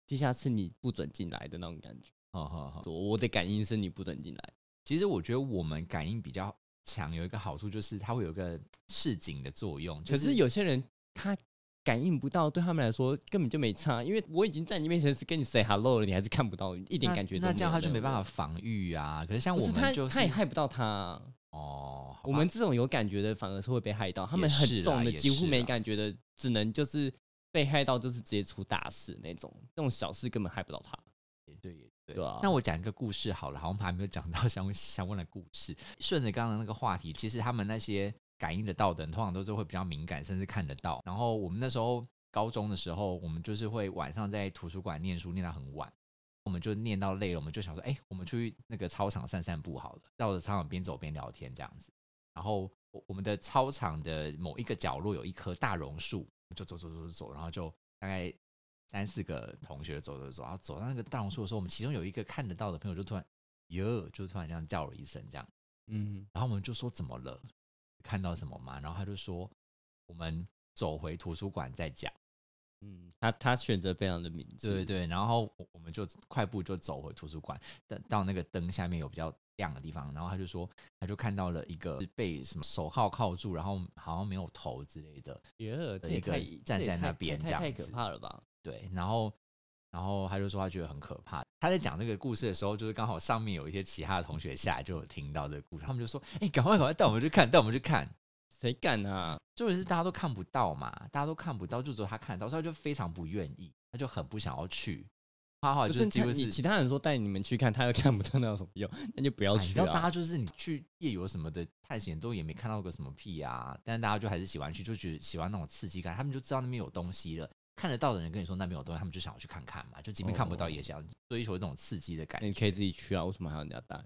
S2: 地下室你不准进来的那种感觉。
S1: 好好好。
S2: 我我的感应是你不准进来。
S1: 其实我觉得我们感应比较强，有一个好处就是它会有一个示警的作用，就
S2: 可是有些人他感应不到，对他们来说根本就没差，因为我已经在你面前是跟你 say hello 了，你还是看不到，一
S1: 一
S2: 点感觉都没
S1: 那
S2: 有。
S1: 这样他就没办法
S2: 法。
S1: 防御啊。可是像
S2: 不
S1: 我
S2: 是
S1: 们
S2: 他，
S1: 就是
S2: 他也害不到他啊、
S1: 哦，好吧
S2: 我们这种有感觉的反而是会被害到，他们
S1: 也
S2: 很
S1: 是啦
S2: 重的
S1: 也
S2: 几乎
S1: 是
S2: 没
S1: 啦
S2: 感觉的，只能就是被害到，就是直接出大事那种，这种小事根本害不到他。
S1: 也对也对
S2: 对啊
S1: 那我讲一个故事好了，好像还没有讲到 相相关的故事。顺着刚刚那个话题，其实他们那些感应得到的人，通常都是会比较敏感，甚至看得到。然后我们那时候高中的时候，我们就是会晚上在图书馆念书，念到很晚。我们就念到累了，我们就想说，哎、我们出去那个操场散散步好了，绕着操场边走边聊天这样子。然后我我们的操场的某一个角落有一棵大榕树，我们就走走走走走，然后就大概三四个同学走走走，然后走到那个大榕树的时候，我们其中有一个看得到的朋友就突然哟，就突然这样叫了一声这样，
S2: 嗯，
S1: 然后我们就说怎么了？看到什么吗？然后他就说我们走回图书馆再讲。
S2: 嗯，他他选择非常的明智，
S1: 对对对，然后我我们就快步就走回图书馆，等到那个灯下面有比较亮的地方，然后他就说，他就看到了一个被什么手铐铐住，然后好像没有头之类的，
S2: 耶，这
S1: 一
S2: 也
S1: 个
S2: 太
S1: 站
S2: 这也
S1: 在那
S2: 太
S1: 边
S2: 太
S1: 这样
S2: 太可
S1: 子
S2: 怕了吧？
S1: 对，然后然后他就说他觉得很可怕。他在讲这个故事的时候，就是刚好上面有一些其他的同学下来就有听到这个故事，他们就说，哎、赶快赶快带我们去看，带我们去看。
S2: 谁敢啊？
S1: 重点是大家都看不到嘛，大家都看不到，就只有他看得到，所以他就非常不愿意，他就很不想要去。他后来
S2: 不
S1: 啊就是
S2: 是
S1: 几
S2: 他
S1: 乎
S2: 你
S1: 是
S2: 其他人说带你们去看，他又看不到，那有什么用？那就不要
S1: 哎你
S2: 去
S1: 知道大
S2: 啊。
S1: 家就是你去夜游什么的探险都也没看到个什么屁啊，但是大家就还是喜欢去，就觉得喜欢那种刺激感，他们就知道那边有东西了。看得到的人跟你说那边有东西，他们就想要去看看嘛，就即便看不到
S2: 哦
S1: 也想追求一种刺激的感
S2: 那你
S1: 觉。
S2: 可以自己去啊，为什么还要人家带？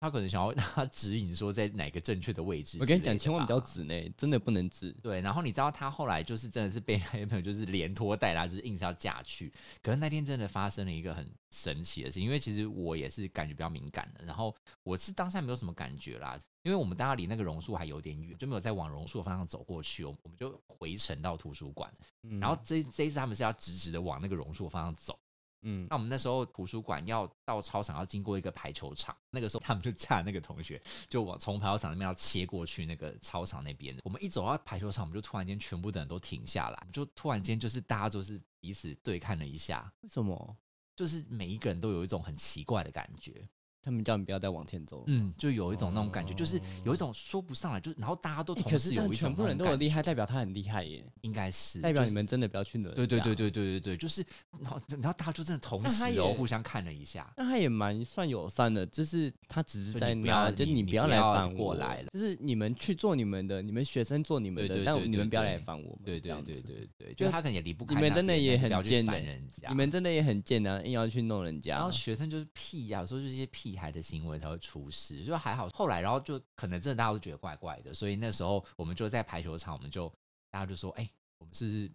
S1: 他可能想要他指引说在哪个正确的位置。
S2: 我跟你讲，千万不要。指呢，真的不能指。
S1: 对，然后你知道他后来就是真的是被那些朋友就是连拖带拉，就是硬是要嫁去。可是那天真的发生了一个很神奇的事，因为其实我也是感觉比较敏感的，然后我是当下没有什么感觉啦，因为我们大家离那个榕树还有点远，就没有再往榕树的方向走过去，我我们就回程到图书馆。
S2: 嗯
S1: 然后这这一次他们是要直直的往那个榕树的方向走，
S2: 嗯，
S1: 那我们那时候图书馆要到操场要经过一个排球场，那个时候他们就架那个同学就往从排球场那边要切过去那个操场那边。我们一走到排球场，我们就突然间全部的人都停下来，我们就突然间就是大家就是彼此对看了一下，
S2: 为什么
S1: 就是每一个人都有一种很奇怪的感觉，
S2: 他们叫你不要再往前走？
S1: 嗯，就有一种那种感觉，就是有一种说不上来，就是然后大家都
S2: 欸
S1: 同
S2: 哦可
S1: 时
S2: 是这
S1: 有
S2: 样
S1: 一种
S2: 全部
S1: 那
S2: 人
S1: 种
S2: 都很
S1: 感
S2: 厉
S1: 觉，
S2: 害，代表他很厉害耶，
S1: 应该是
S2: 代表
S1: 就
S2: 你
S1: 是
S2: 们真的不要去惹人
S1: 对对
S2: 家
S1: 对。对对对对，就是然后然后大家就真的同
S2: 那
S1: 时
S2: 他
S1: 哦
S2: 也
S1: 互相看了一下，
S2: 那他也蛮算友善的，就是他只是
S1: 就
S2: 在
S1: 你不要
S2: 那，就
S1: 你
S2: 你
S1: 你
S2: 不要
S1: 不
S2: 来
S1: 要
S2: 烦
S1: 过
S2: 我
S1: 来了
S2: 就是你们去做你们的，你们学生做你们
S1: 对
S2: 的，
S1: 对
S2: 但
S1: 对
S2: 你
S1: 对
S2: 们不要
S1: 对
S2: 来烦我们。
S1: 对
S2: 这
S1: 对
S2: 样
S1: 对
S2: 子，
S1: 对对，
S2: 就
S1: 就是他可能也离不开那
S2: 们
S1: 边，
S2: 真的也
S1: 但是
S2: 很
S1: 不要去
S2: 贱
S1: 烦
S2: 欸
S1: 人家，
S2: 你们真的也很贱啊，硬要去弄人家。
S1: 然后学生就是屁呀、有时候就是一些屁孩的行为才会出事，就还好。后来，然后就可能真的大家都觉得怪怪的，所以那时候我们就在排球场，我们就大家就说：“哎、我们是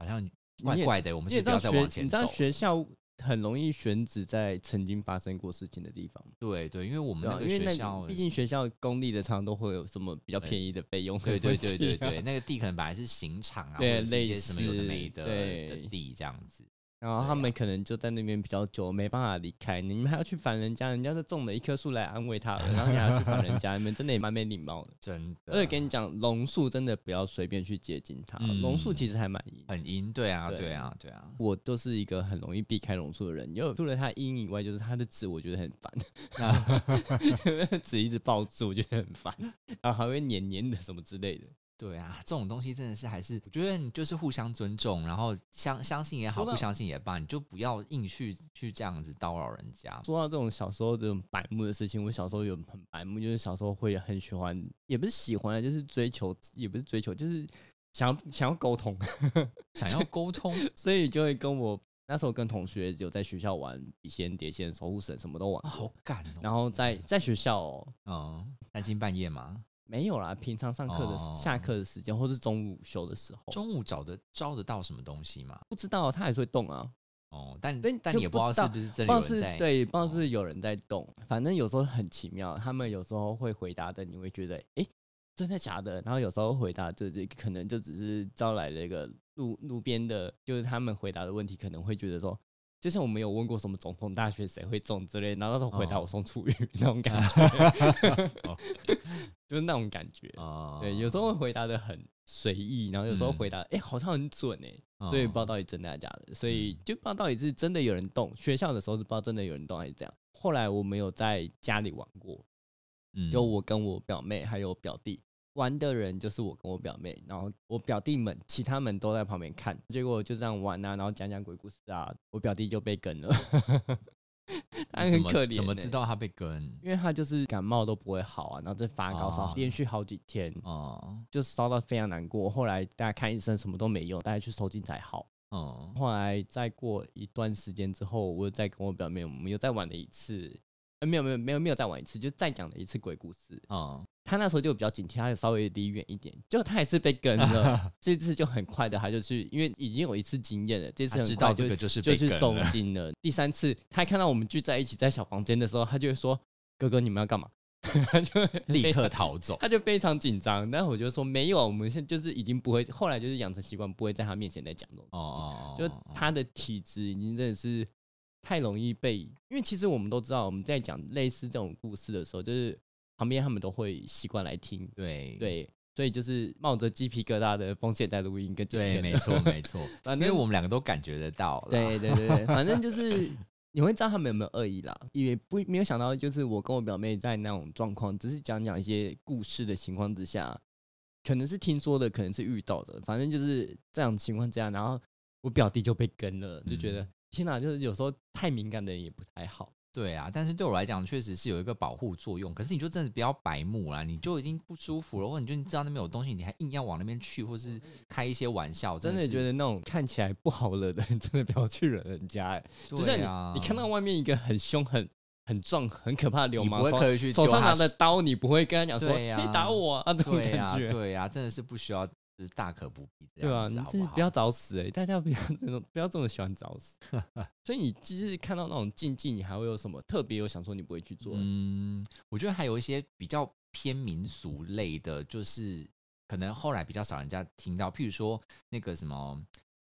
S1: 好像怪
S2: 你也
S1: 怪的，我们
S2: 你也
S1: 是
S2: 知
S1: 不
S2: 道
S1: 要再
S2: 学，
S1: 往
S2: 你
S1: 前
S2: 知
S1: 走
S2: 道
S1: 了。
S2: 学校很容易选址在曾经发生过事情的地方吗。
S1: 对对，因为我们
S2: 对
S1: 那
S2: 啊，
S1: 个
S2: 因为
S1: 学
S2: 那
S1: 校
S2: 个，毕竟学校公立的常常都会有什么比较
S1: 对
S2: 便宜的费用的
S1: 对对
S2: 问
S1: 对
S2: 题
S1: 对
S2: 啊
S1: 对，那个地可能本来是刑场啊，或
S2: 对
S1: 者是一些
S2: 类
S1: 什么有的没
S2: 似
S1: 的
S2: 对
S1: 的地这样子。
S2: 然后
S1: 对
S2: 他们
S1: 啊
S2: 可能就在那边比较久，没办法离开，你们还要去烦人家，人家就种了一棵树来安慰他了，然后你还要去烦人家，你们真的也蛮没礼 貌的。
S1: 真的，
S2: 而且跟你讲，榕树真的不要随便去接近它，榕树
S1: 嗯
S2: 其实还蛮阴。
S1: 很阴，对啊，
S2: 对
S1: 对啊，对啊。
S2: 我就是一个很容易避开榕树的人，因为除了它阴以外，就是它的纸我觉得很
S1: 啊
S2: 烦，纸一直抱住我觉得很烦，然后还会黏黏的什么之类的。
S1: 对啊，这种东西真的是还是，我觉得你就是互相尊重，然后相相信也好，
S2: 说到
S1: 不相信也罢，你就不要硬去去这样子叨扰人家。
S2: 说到这种小时候这种白目的事情，我小时候有很白目，就是小时候会很喜欢，也不是喜欢啊，就是追求，也不是追求，就是想要想要沟通，
S1: 想要沟通，
S2: 所以就会跟我那时候跟同学有在学校玩笔仙、碟仙、守护神，什么都玩
S1: 啊、好
S2: 过。
S1: 感哦。
S2: 然后在在学校、哦、
S1: 嗯，三更半夜嘛，
S2: 没有啦，平常上课的时、
S1: 哦
S2: 下课的时间，或是中午午休的时候，
S1: 中午找得招得到什么东西吗？
S2: 不知道它还是会动啊。
S1: 哦，但
S2: 对
S1: 但
S2: 就
S1: 你也
S2: 不
S1: 不知道
S2: 知
S1: 是
S2: 道
S1: 不是真
S2: 不
S1: 的
S2: 知
S1: 有
S2: 道
S1: 人
S2: 是
S1: 在哦
S2: 对，不知道是不是有人在动。反正有时候很奇妙，他们有时候会回答的，你会觉得哎、诶真的假的？然后有时候回答就是可能就只是招来了一个路路边的，就是他们回答的问题可能会觉得说。就像我们有问过什么总统大学谁会中之类，然后那时候回答
S1: 哦
S2: 我宋楚瑜那种感 觉， 就是那种感觉。
S1: 哦
S2: 对，有时候会回答的很随意，然后有时候
S1: 嗯
S2: 回答哎、诶好像很准哎、
S1: 哦
S2: 所以不知道到底真的还是假的，所以
S1: 嗯
S2: 就不知道到底是真的有人动。学校的时候是不知道真的有人动还是怎样。后来我们有在家里玩过，
S1: 嗯
S2: 就我跟我表妹还有表弟玩的人就是我跟我表妹，然后我表弟们其他们都在旁边看，结果就这样玩啊，然后讲讲鬼故事啊，我表弟就被 跟了，他
S1: 你
S2: 很
S1: 怎么
S2: 可怜、欸，
S1: 怎么知？道他被跟？
S2: 因为他就是感冒都不会好啊，然后再发高烧，
S1: 哦
S2: 连续好几天
S1: 哦
S2: 就烧到非常难过。后来大家看医生什么都没用，大家去抽筋才好。
S1: 哦
S2: 后来再过一段时间之后，我又再跟我表妹，我们又再玩了一次，呃，没有没有没有没有再玩一次，就再讲了一次鬼故事。
S1: 哦，
S2: 她那时候就比较警惕，她就稍微离远一点，结果她还是被 跟了。这次就很快的，她就去，因为已经有一次经验了，这次
S1: 他知
S2: 很快
S1: 道这
S2: 就
S1: 个就是
S2: 就
S1: 被
S2: 去
S1: 跟
S2: 受
S1: 了，
S2: 惊了。第三次，她看到我们聚在一起在小房间的时候，她就会说：“哥哥，你们要干嘛？”她就会
S1: 立
S2: 非
S1: 刻
S2: 常
S1: 逃走。
S2: 他就非常紧张，但我就说没有，我们现在就是已经不会，后来就是养成习惯，不会在他面前再讲这种
S1: 哦哦，哦
S2: 就
S1: 哦
S2: 他的体质已经真的是太容易被，因为其实我们都知道，我们在讲类似这种故事的时候，就是旁边他们都会习惯来听，
S1: 对
S2: 对，所以就是冒着鸡皮疙瘩的风险在录音跟剪
S1: 对，
S2: 片
S1: 没错没错，
S2: 反
S1: 因为
S2: 正
S1: 我们两个都感觉得到啦。
S2: 对对对对，反正就是你会知道他们有没有恶意啦，也不没有想到，就是我跟我表妹在那种状况，只是讲讲一些故事的情况之下，可能是听说的，可能是遇到的，反正就是这样的情况之下，然后我表弟就被跟了，就觉得、
S1: 嗯
S2: 天哪，就是有时候太敏感的人也不太好。
S1: 对啊，但是对我来讲，确实是有一个保护作用。可是你就真的不要白目啦，你就已经不舒服了，或者你就知道那边有东西，你还硬要往那边去，或是开一些玩笑，
S2: 真的
S1: 的
S2: 觉得那种看起来不好惹的人， 真的不要去惹人家、欸。
S1: 得
S2: 就像你，
S1: 啊
S2: 你看到外面一个很凶、很很壮、很可怕的流
S1: 你不
S2: 氓
S1: 会
S2: 说
S1: 刻意去
S2: 手
S1: 丢
S2: 上
S1: 他
S2: 拿着
S1: 是
S2: 刀，你不会跟他讲说
S1: 对
S2: 你
S1: 呀
S2: 打我啊这种
S1: 对
S2: 感
S1: 呀
S2: 觉，
S1: 对呀，真的是不需要就是大可不必这
S2: 对啊，
S1: 样
S2: 你
S1: 子，
S2: 真
S1: 好
S2: 的
S1: 好？
S2: 不要找死哎、大家不要那种 不要这么喜欢找死。 所以你就是看到那种禁忌，你还会有什么特别有想说你不会去做的？
S1: 嗯，我觉得还有一些比较偏民俗类的，就是可能后来比较少人家听到，譬如说那个什么。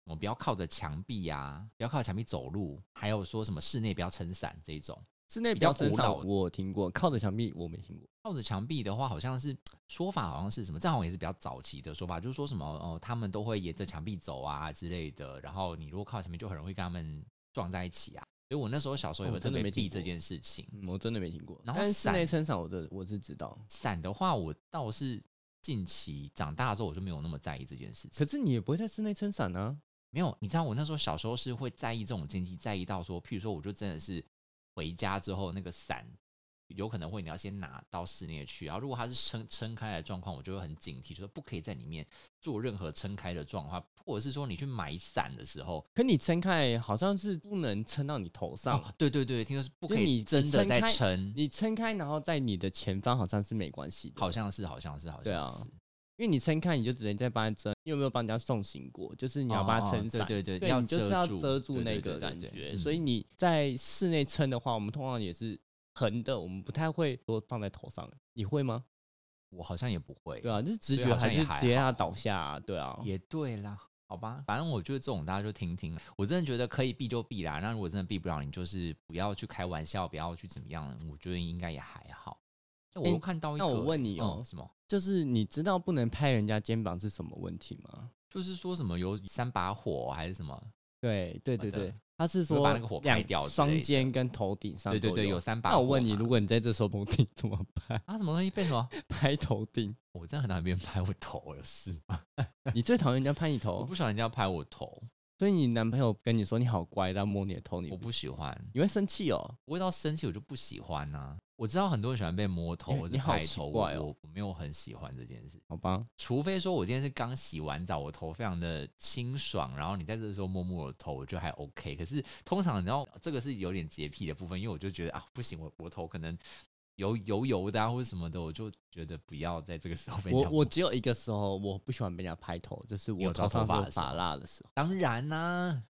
S1: 我不要靠着墙壁呀、不要靠着墙壁走路，还有说什么室内不要撑伞这一种。
S2: 室内
S1: 比较
S2: 比较真
S1: 古
S2: 少
S1: 老
S2: 我有听过，靠着墙壁我没听过。
S1: 靠着墙壁的话，好像是说法，好像是什么？这好像也是比较早期的说法，就是说什么呃，他们都会沿着墙壁走啊之类的。然后你如果靠墙壁，就很容易跟他们撞在一起啊。所以我那时候小时候
S2: 哦
S1: 有
S2: 我
S1: 特
S2: 真的
S1: 别
S2: 没
S1: 避
S2: 听过
S1: 这件事情。
S2: 嗯，我真的没听过。
S1: 然后
S2: 但是室内
S1: 伞
S2: 撑伞，我这我是知道。
S1: 伞的话，我倒是近期长大之后，我就没有那么在意这件事
S2: 可
S1: 情。
S2: 是你也不会在室内撑伞啊。
S1: 没有，你知道我那时候小时候是会在意这种禁忌，在意到说，譬如说，我就真的是回家之后那个伞。有可能会，你要先拿到室内去，然后如果它是撑撑开的状况，我就会很警惕，就说不可以在里面做任何撑开的状况，或者是说你去买伞的时候，
S2: 可你撑开好像是不能撑到你头上，
S1: 哦，对对对，听说是不可
S2: 就
S1: 以
S2: 你
S1: 真的在
S2: 撑开
S1: 撑，
S2: 你撑开然后在你的前方好像是没关系的。
S1: 好像是，好像是，好
S2: 对啊
S1: 像是，
S2: 因为你撑开，你就只能再帮他遮。你有没有帮人家送行过？就是你要帮他
S1: 哦哦
S2: 撑伞、
S1: 对对
S2: 对，
S1: 要
S2: 你就是要遮住
S1: 对
S2: 那
S1: 对
S2: 个
S1: 对对
S2: 感
S1: 对
S2: 觉。
S1: 嗯
S2: 所以你在室内撑的话，我们通常也是横的，我们不太会说放在头上。你会吗？
S1: 我好像也不会，
S2: 对啊，就是直
S1: 所以
S2: 觉
S1: 好像
S2: 还
S1: 也
S2: 是
S1: 还
S2: 直接让它倒下、啊。对啊，
S1: 也对啦，好吧，反正我觉得这种大家就听听啦。我真的觉得可以避就避啦，那如果真的避不了，你就是不要去开玩笑，不要去怎么样，我觉得应该也还好。那我
S2: 诶
S1: 又看到一个、
S2: 那我问你哦
S1: 嗯什么？
S2: 就是你知道不能拍人家肩膀是什么问题吗？
S1: 就是说什么有三把火还是什么？
S2: 对对对
S1: 好的
S2: 对，他是
S1: 就
S2: 说
S1: 把那个火拍
S2: 两
S1: 掉之类
S2: 双
S1: 的
S2: 肩跟头顶上
S1: 对对
S2: 都
S1: 对，有三把
S2: 那
S1: 火嘛。
S2: 我问你，如果你 在这时候头顶怎么办？
S1: 啊什么东西被什 么？
S2: 拍头顶？
S1: 我真的很讨厌别人拍我头，有事吗？
S2: 你最讨厌人家拍你
S1: 我
S2: 头
S1: 不，喜欢人家拍我头，
S2: 所以你男朋友跟你说你好乖，但摸你的头，你
S1: 我不喜欢。
S2: 你会生气哦。
S1: 我会到生气，我就不喜欢呐、我知道很多人喜欢被摸头
S2: 你
S1: 或是
S2: 你好
S1: 拍
S2: 奇
S1: 头，
S2: 怪哦
S1: 我我我没有很喜欢这件事。
S2: 好吧，
S1: 除非说我今天是刚洗完澡，我头非常的清爽，然后你在这时候摸摸我的头，我觉得还 OK。可是通常你知道这个是有点洁癖的部分，因为我就觉得啊不行，我我头可能油油油的啊或者什么的，我就觉得不要在这个时候被人
S2: 我
S1: 家
S2: 我
S1: 摸
S2: 只有一个时候我不喜欢被人家拍头，就是
S1: 你有
S2: 我
S1: 抓
S2: 头上
S1: 头发
S2: 有
S1: 的时候
S2: 发蜡的时候。
S1: 当然啦、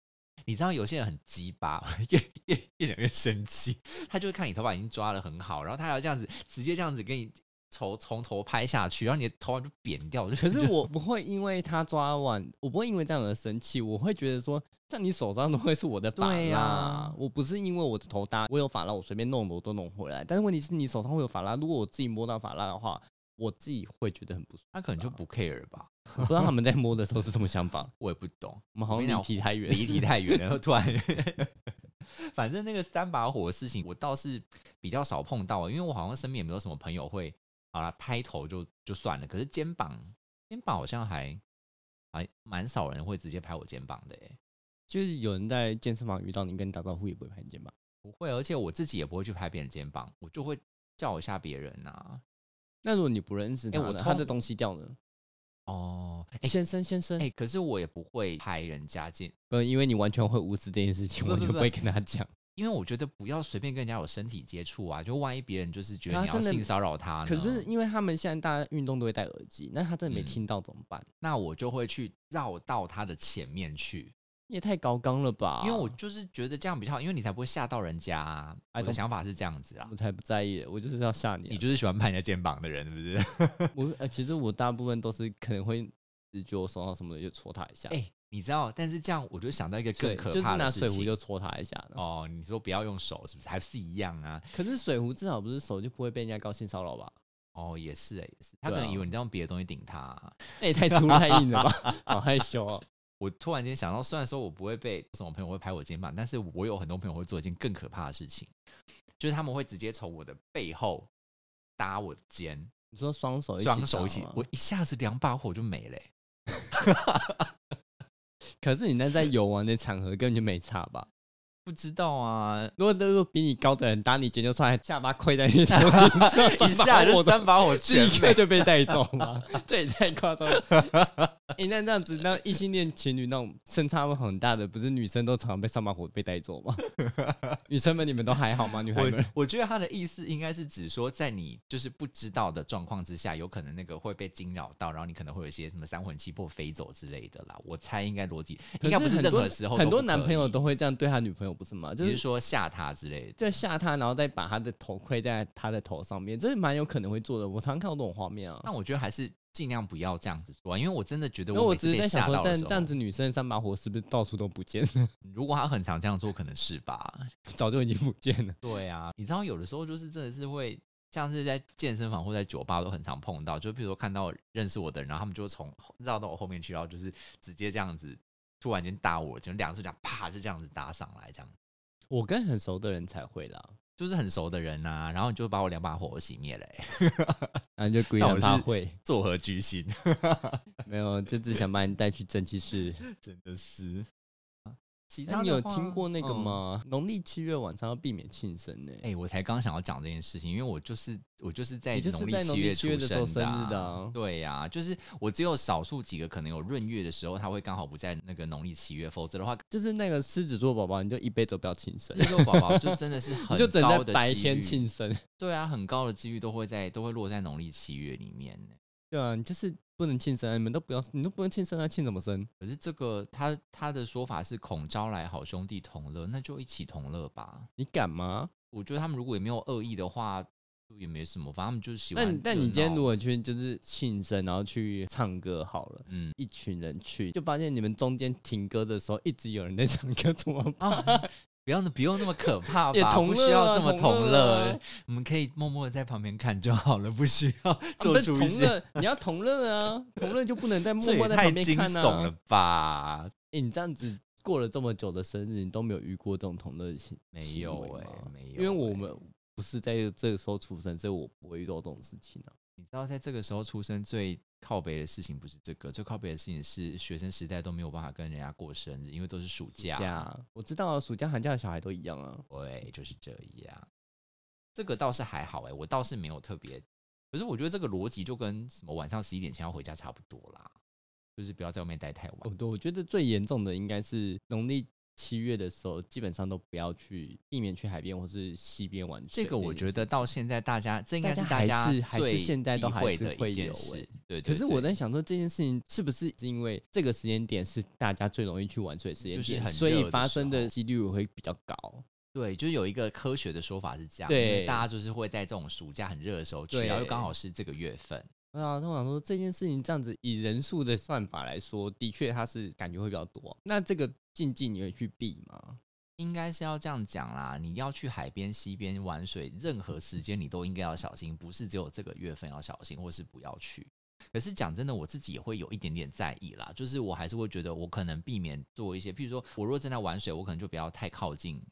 S1: 你知道有些人很鸡巴，越越越讲越生气，他就会看你头发已经抓的很好，然后他还要这样子直接这样子给你从从头拍下去，然后你的头发就扁掉。我就
S2: 可是
S1: 觉得
S2: 我不会因为他抓完，我不会因为这样而生气，我会觉得说，在你手上都会是我的发
S1: 对
S2: 啦、
S1: 啊
S2: 我不是因为我的头大，我有发蜡，我随便弄的我都弄回来。但是问题是你手上会有发蜡，如果我自己摸到发蜡的话，我自己会觉得很不舒
S1: 他可能就不 care 吧，
S2: 服。我不知道他们在摸的时候是什么想法，
S1: 我也不懂。
S2: 我们好
S1: 我跟你
S2: 像
S1: 讲
S2: 离题太远。
S1: 离题太远了， 然后 突然，反正那个三把火的事情，我倒是比较少碰到，因为我好像身边也没有什么朋友会，好了，拍头就就算了，可是肩膀肩膀好像还还蛮少人会直接拍我肩膀的、欸，
S2: 就是有人在健身房遇到你，跟你打招呼也不会拍你肩膀。
S1: 不会，而且我自己也不会去拍别人肩膀，我就会叫一下别人啊呐、
S2: 那如果你不认识他
S1: 哎我
S2: 呢，
S1: 通
S2: 他的东西掉了，
S1: 哦，哎、
S2: 先生先生
S1: 哎、，可是我也不会拍人家肩，
S2: 不，因为你完全会无视这件事情，
S1: 不
S2: 我
S1: 不
S2: 就
S1: 不
S2: 不会跟他讲。
S1: 因为我觉得不要随便跟人家有身体接触啊，就万一别人就是觉得
S2: 他
S1: 你要
S2: 啊真的
S1: 性骚扰他呢，
S2: 可是因为他们现在大家运动都会戴耳机，那他真的没
S1: 嗯
S2: 听到怎么办？
S1: 那我就会去绕到他的前面去，
S2: 你也太高纲了吧！
S1: 因为我就是觉得这样比较好，因为你才不会吓到人家、啊。我
S2: I
S1: 的
S2: don't-
S1: 想法是这样子啊
S2: 我，才不在意，我就是要吓你啊。
S1: 你就是喜欢拍人家肩膀的人，是不是？
S2: 我呃，其实我大部分都是可能会直觉我手上什么的就戳他一下，
S1: 哎、 你知道，但是这样我就想到一个更
S2: 对，
S1: 可
S2: 就是
S1: 怕
S2: 拿
S1: 的事
S2: 水壶
S1: 情。
S2: 就戳他一下的。
S1: 哦，你说不要用手，是不是？还是一样啊？
S2: 可是水壶至少不是手就不会被人家高性骚扰吧？
S1: 哦，也是、欸，也是。他可
S2: 对啊
S1: 能以为你在用别的东西顶他啊、
S2: 那也太 粗太硬了吧，好害羞哦。
S1: 我突然间想到，虽然说我不会被什么朋友会拍我肩膀，但是我有很多朋友会做一件更可怕的事情，就是他们会直接从我的背后搭我的肩。
S2: 你说双手
S1: 双手一起
S2: 打吗，
S1: 我一下子两把火就没了欸、
S2: 可是你那在游玩的场合根本就没差吧？
S1: 不知道啊，
S2: 如果如果比你高的人搭你肩就算了，下巴跪在你头顶上，
S1: 一下 就
S2: 我
S1: 三把 火全
S2: 立刻
S1: 没。
S2: 就被带走 了，这也太夸张了。哎、那这样子，那异性恋情侣那种身差很大的，不是女生都常常被上班火被带走 吗？女生们，你们都还好吗？女孩
S1: 我
S2: 们，
S1: 我觉得他的意思应该是指说，在你就是不知道的状况之下，有可能那个会被惊扰到，然后你可能会有一些什么三魂七魄飞走之类的啦。我猜应该逻辑应该不
S2: 可是
S1: 任
S2: 很多
S1: 何时候
S2: 很
S1: 都不
S2: 多男
S1: 可
S2: 朋友
S1: 以，
S2: 都会这样对他女朋友，不是吗？就
S1: 你是
S2: 是
S1: 说吓他之类的。
S2: 就吓他，然后再把他的头盔在他的头上面，这是蛮有可能会做的。我常常看到这种画面啊。
S1: 那我觉得还是尽量不要这样子做啊，因为我真的觉得
S2: 因为我
S1: 每次
S2: 只是
S1: 被
S2: 在想
S1: 吓
S2: 说，
S1: 到
S2: 这
S1: 的
S2: 样
S1: 时候，
S2: 这样子，女生的三把火是不是到处都不见了？
S1: 如果他很常这样做，可能是吧。
S2: 早就已经不见了。
S1: 对啊，你知道有的时候就是真的是会，像是在健身房或在酒吧都很常碰到，就比如说看到认识我的人，然后他们就会从后绕到我后面去，然后就是直接这样子，突然间搭我，就两只脚啪就这样子搭上来，这样
S2: 我跟很熟的人才会 啦，
S1: 就是很熟的人啊，然后你就把我两把火都熄灭了、欸，
S2: 然后就故意
S1: 那
S2: 让
S1: 我
S2: 他
S1: 是
S2: 会。
S1: 作何居心？
S2: 没有，就只想把你带去蒸汽室。
S1: 真的是。啊其他
S2: 那你
S1: 的
S2: 有
S1: 话
S2: 听过那个？
S1: 嗯
S2: 吗？农历七月晚上要避免庆生呢、
S1: 哎、我才刚想要讲这件事情，因为我就是我就是在
S2: 你就是
S1: 农历
S2: 在农
S1: 七
S2: 历
S1: 月
S2: 七
S1: 出
S2: 月
S1: 生
S2: 的时候生日的
S1: 啊
S2: 啊
S1: 对呀、就是我只有少数几个可能有闰月的时候，他会刚好不在那个农历七月，否则的话，
S2: 就是那个狮子座宝宝，你就一辈子都不要庆生
S1: 日，落宝宝就真的是很
S2: 你就只能
S1: 高
S2: 在
S1: 的
S2: 白
S1: 几
S2: 天
S1: 率
S2: 庆，生。
S1: 对啊，很高的几率都会在都会落在农历七月里面呢。
S2: 对啊，你就是不能庆生、啊，你们都不要，你都不能庆生啊，庆什么生？
S1: 可是这个他他的说法是孔招来好兄弟同乐，那就一起同乐吧。
S2: 你敢吗？
S1: 我觉得他们如果也没有恶意的话，就也没什么，反正他们就是喜
S2: 那
S1: 欢热
S2: 你
S1: 闹。
S2: 但你今天如果去就是庆生，然后去唱歌好了。
S1: 嗯
S2: 一群人去，就发现你们中间停歌的时候，一直有人在唱歌，怎么办？
S1: 啊，不要那不用那么可怕
S2: 也
S1: 吧，
S2: 同
S1: 不需
S2: 乐
S1: 要
S2: 啊
S1: 这么
S2: 同
S1: 同
S2: 乐
S1: 乐
S2: 啊，
S1: 我们可以默默的在旁边看就好了，不需要 做
S2: 不是
S1: 出一
S2: 同
S1: 些。
S2: 乐，你要同乐啊，同乐就不 能再默
S1: 这
S2: 默
S1: 也
S2: 在
S1: 太
S2: 旁边
S1: 惊
S2: 看啊。
S1: 悚了吧？
S2: 欸，你这样子过了这么久的生日，你都没有遇过这种同乐情？
S1: 没
S2: 行
S1: 有
S2: 为
S1: 哎、
S2: 吗
S1: 没有欸、
S2: 因为我们不是在这个时候出生，所以我不会遇到这种事情啊。
S1: 你知道，在这个时候出生最靠北的事情不是这个，最靠北的事情是学生时代都没有办法跟人家过生日，因为都是暑假。
S2: 假我知道啊，暑假寒假的小孩都一样啊。
S1: 对，就是这样。这个倒是还好哎、我倒是没有特别，可是我觉得这个逻辑就跟什么晚上十一点前要回家差不多啦，就是不要在外面待太晚。
S2: 哦，对，我觉得最严重的应该是农历七月的时候，基本上都不要去避免去海边或是西边玩水
S1: 这
S2: 件事情。
S1: 个我觉得到现在大家这应该是
S2: 大家还是
S1: 家
S2: 还是
S1: 最
S2: 现在都
S1: 避
S2: 还
S1: 讳
S2: 是
S1: 的
S2: 会
S1: 一件
S2: 有
S1: 事
S2: 欸
S1: 对对
S2: 可是我
S1: 对
S2: 在想说，这件事情是不是因为这个时间点是大家最容易去玩水的时间
S1: 就是
S2: 点，
S1: 很
S2: 所
S1: 热
S2: 以
S1: 的
S2: 发
S1: 时
S2: 生的
S1: 候
S2: 几率会比较高？
S1: 对，就是有一个科学的说法是这样，
S2: 对
S1: 因为大家就是会在这种暑假很热的时候去，
S2: 对
S1: 然后又刚好是这个月份，
S2: 对啊，通常说这件事情这样子以人数的算法来说，的确它是感觉会比较多。那这个禁忌你会去避吗？
S1: 应该是要这样讲啦。你要去海边、溪边玩水，任何时间你都应该要小心，不是只有这个月份要小心，或是不要去。可是讲真的，我自己也会有一点点在意啦，就是我还是会觉得我可能避免做一些，譬如说我如果正在玩水，我可能就不要太靠近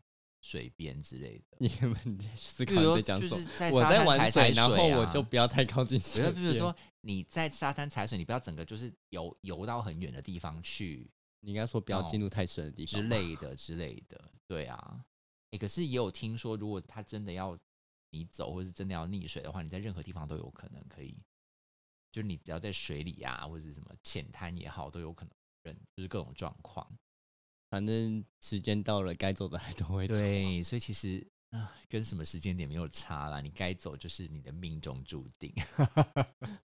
S1: 水边之类的。
S2: 你们在思
S1: 比
S2: 考
S1: 如
S2: 你
S1: 说
S2: 在讲什
S1: 就
S2: 么
S1: 是？在
S2: 我
S1: 沙
S2: 在
S1: 滩
S2: 玩
S1: 踩
S2: 水，
S1: 踩
S2: 然后
S1: 水
S2: 我
S1: 啊
S2: 就不要太靠近
S1: 比
S2: 水
S1: 如
S2: 边。
S1: 比如说你在沙滩踩水，你不要整个就是游游到很远的地方去
S2: 你应该说不要
S1: 哦
S2: 进入太深的地方
S1: 之
S2: 吧。
S1: 类的之类的。对啊，诶，可是也有听说，如果他真的要你走，或是真的要溺水的话，你在任何地方都有可能可以，就是你只要在水里啊，或者是什么浅滩也好，都有可能人就是各种状况。
S2: 反正时间到了，该走的还都会走。
S1: 对，所以其实。啊，跟什么时间点没有差啦，你该走就是你的命中注定，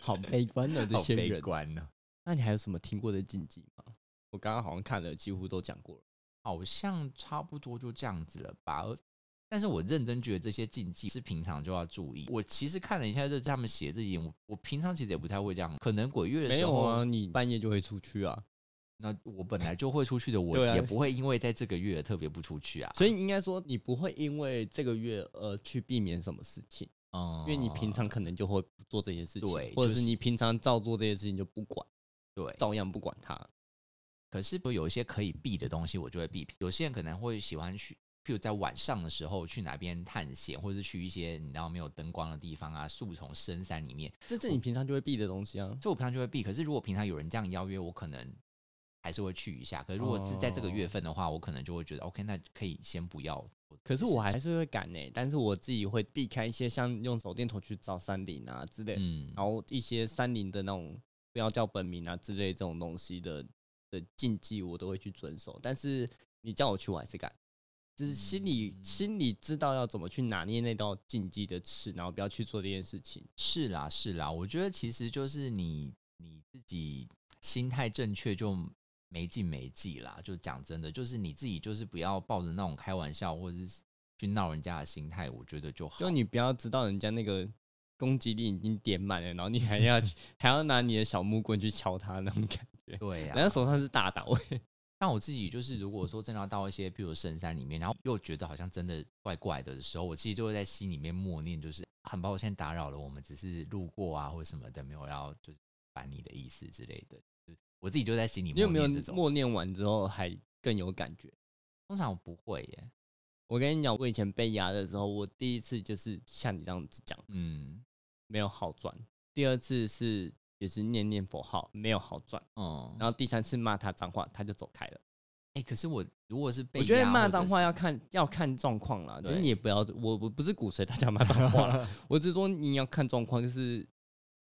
S2: 好悲 观的这
S1: 好
S2: 些
S1: 悲
S2: 人。
S1: 观哦呢、
S2: 那你还有什么听过的禁忌吗？我刚刚好像看了，几乎都讲过了。
S1: 好像差不多就这样子了吧。而但是我认真觉得这些禁忌是平常就要注意。我其实看了一下这他们写这一点，我我平常其实也不太会这样。可能鬼月的
S2: 没
S1: 时
S2: 有
S1: 候，
S2: 啊，你半夜就会出去啊，
S1: 那我本来就会出去的，我
S2: 对啊
S1: 也不会因为在这个月特别不出去啊。
S2: 所以应该说你不会因为这个月而去避免什么事情，
S1: 嗯
S2: 因为你平常可能就会不做这些事情，
S1: 对
S2: 或者
S1: 就是是
S2: 你平常照做这些事情就不管，
S1: 对，
S2: 照样不管它。
S1: 可是有一些可以避的东西，我就会避。有些人可能会喜欢去。譬如在晚上的时候去哪边探险，或者是去一些你知道没有灯光的地方啊，树丛深山里面，
S2: 这是你平常就会避的东西啊。
S1: 所以我平常就会避。可是如果平常有人这样邀约，我可能还是会去一下。可是如果是在这个
S2: 哦
S1: 月份的话，我可能就会觉得 OK，那可以先不要。
S2: 可是我还是会赶呢、但是我自己会避开一些像用手电筒去照山林啊之类，
S1: 嗯，
S2: 然后一些山林的那种不要叫本名啊之类这种东西的的禁忌，我都会去遵守。但是你叫我去，我还是敢，就是心里、
S1: 嗯
S2: 心里知道要怎么去拿捏那道禁忌的尺，然后不要去做这件事情。
S1: 是啦是啦，我觉得其实就是你你自己心态正确就。没进没迹啦，就讲真的，就是你自己就是不要抱着那种开玩笑或者是去闹人家的心态，我觉得就好。
S2: 就你不要知道人家那个攻击力已经点满了，然后你还要还要拿你的小木棍去敲他那种感觉，
S1: 对啊呀、
S2: 人家手上是大刀、欸
S1: 但我自己就是，如果说真的要到一些，譬如深山里面，然后又觉得好像真的怪怪的的时候，我其实就会在心里面默念，就是很抱歉打扰了，我们只是路过啊，或者什么的，没有要就是烦你的意思之类的。就是我自己就在心里
S2: 你有
S1: 默
S2: 没有
S1: 念这种。
S2: 默念完之后还更有感觉？
S1: 通常我不会耶，
S2: 我跟你讲，我以前被压的时候，我第一次就是像你这样子讲，
S1: 嗯
S2: 没有好转；第二次是也是念念佛号，没有好转；
S1: 嗯。
S2: 然后第三次骂他脏话，他就走开了。
S1: 哎、可是我如果是被
S2: 我觉得
S1: 压
S2: 骂
S1: 或者
S2: 脏话
S1: 是
S2: 要看要看状况啦，就是
S1: 对
S2: 你也不要，我我不是鼓吹大家骂脏 话啦，我只是说你要看状况，就是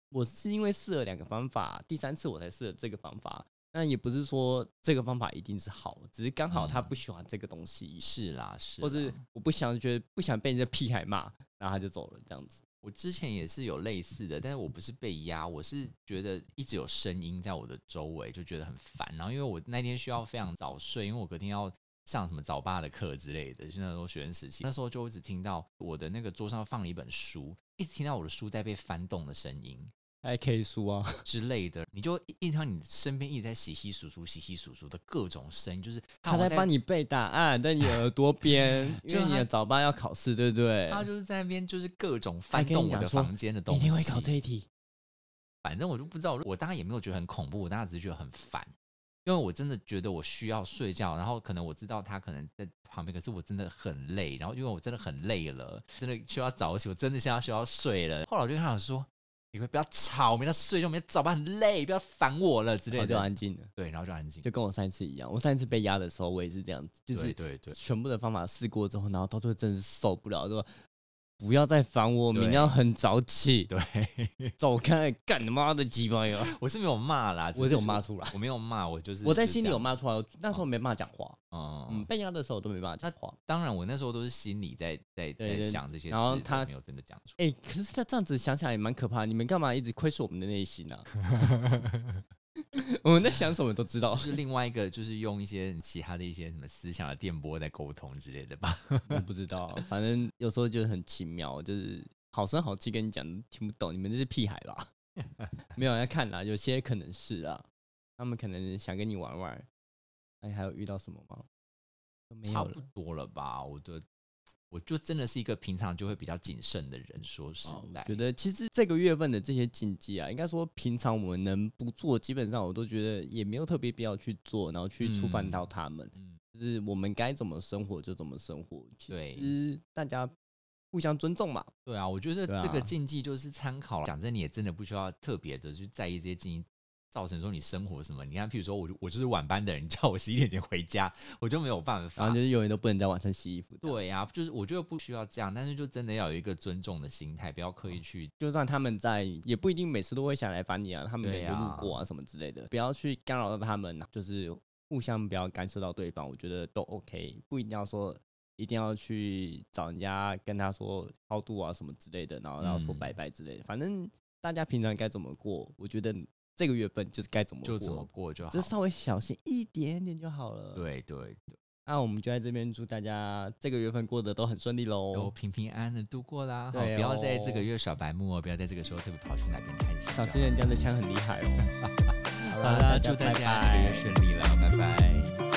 S2: 我是因为试了两个方法，第三次我才试了这个方法。那也不是说这个方法一定是好，只是刚好他
S1: 嗯
S2: 不喜欢这个东西，
S1: 是啊啦是啦，
S2: 或是我不想觉得不想被人家屁孩骂，然后他就走了这样子。
S1: 我之前也是有类似的，但是我不是被压，我是觉得一直有声音在我的周围，就觉得很烦。然后因为我那天需要非常早睡，因为我隔天要上什么早八的课之类的，就那时候学生时期，那时候就一直听到我的那个桌上放了一本书，一直听到我的书在被翻动的声音
S2: 还可以输啊，
S1: 之类的，你就一一直听到你身边一直在洗洗簌簌、洗洗簌簌的各种声音，就是
S2: 他在帮
S1: 你，
S2: 你背答案，在你耳朵边， 因
S1: 就
S2: 为你
S1: 他
S2: 的早八要考试，对不对？
S1: 他就是在那边就是各种
S2: 还
S1: 翻
S2: 跟你
S1: 动我
S2: 讲
S1: 的
S2: 说
S1: 房间的东
S2: 你一
S1: 西，
S2: 定会考这一题，
S1: 反正我就不知道，我当然也没有觉得很恐怖，我当然只是觉得很烦，因为我真的觉得我需要睡觉，然后可能我知道他可能在旁边，可是我真的很累，然后因为我真的很累了，真的需要早起，我真的现在需要睡了。后来我就跟他讲说，你们不要吵，我明天睡觉，我明天早班很累，不要烦我了之
S2: 然
S1: 类
S2: 后哦就
S1: 的。
S2: 安静了。
S1: 对，然后就安静。
S2: 就跟我上一次一样，我上一次被压的时候，我也是这样子，就
S1: 对
S2: 是
S1: 对对，
S2: 全部的方法试过之后，然后到最后真的是受不了，就不要再烦我，
S1: 对
S2: 明天要很早起，
S1: 对，
S2: 走开，干他妈的鸡巴呀！
S1: 我是没有骂啦，
S2: 我
S1: 只
S2: 是有骂，出来，
S1: 我没有骂，我就是
S2: 我在心里有
S1: 骂，
S2: 骂出来，我那时候没办法讲话，嗯，
S1: 嗯，
S2: 被压的时候我都没办法讲话。
S1: 当然我那时候都是心里在在
S2: 对
S1: 在
S2: 对
S1: 想这些字，
S2: 然后
S1: 我
S2: 他
S1: 没有真的讲出
S2: 哎、可是他这样子想想也蛮可怕的，你们干嘛一直窥视我们的内 心啊？我们在想什么都知道
S1: 来，，是另外一个就是用一些其他的一些什么思想的电波在沟通之类的吧。
S2: 我不知道，啊反正有时候就是很奇妙，就是好声好气跟你讲听不懂，你们这是屁孩吧？ 没有人要看啦，有些可能是啊，他们可能想跟你玩玩。那你还有遇到什么吗？都 没
S1: 差
S2: 有
S1: 不
S2: 了。
S1: 多了吧？我的，我就真的是一个平常就会比较谨慎的人，说实
S2: 哦
S1: 在，
S2: 觉得其实这个月份的这些禁忌啊，应该说平常我们能不做，基本上我都觉得也没有特别必要去做，然后去触犯
S1: 嗯
S2: 到他们。
S1: 嗯，
S2: 就是我们该怎么生活就怎么生活，其
S1: 对
S2: 实大家互相尊重嘛。
S1: 对啊，我觉得
S2: 对
S1: 这个
S2: 啊
S1: 禁忌就是参考啦。讲真，你也真的不需要特别的去在意这些禁忌。造成说你生活什么？你看，譬如说我就我就是晚班的人，你叫我十一点前回家， 我就没有办
S2: 然
S1: 法
S2: 后就。是永远都不能在晚上洗衣服，，
S1: 啊对呀、就是我觉得不需要这样，但是就真的要有一个尊重的心态，不要刻意去
S2: 就算他们在，也不一定每次都会想来烦你啊，他们
S1: 对
S2: 每个
S1: 啊
S2: 路过啊什么之类的，不要去干扰到他们，啊就是互相不要干涉到对方，我觉得都 OK，不一定要说一定要去找人家跟他说超度啊什么之类的，然后然后说
S1: 嗯
S2: 拜拜之类的，反正大家平常该怎么过，我觉得这个月份就是该怎么
S1: 就
S2: 过，
S1: 怎么过就好
S2: 就。稍微小心一点点就好了。。
S1: 对对，
S2: 那我们就在这边祝大家这个月份过得都很顺利
S1: 都
S2: 喽。
S1: 平平安安的度过啦。好，
S2: 哦对
S1: 不要在这个
S2: 哦
S1: 月耍白目哦，不要在这个时候特别跑去哪边探险。
S2: 小心人家的枪很厉害哦。
S1: 好啦，祝大家这个月顺利啦，拜拜。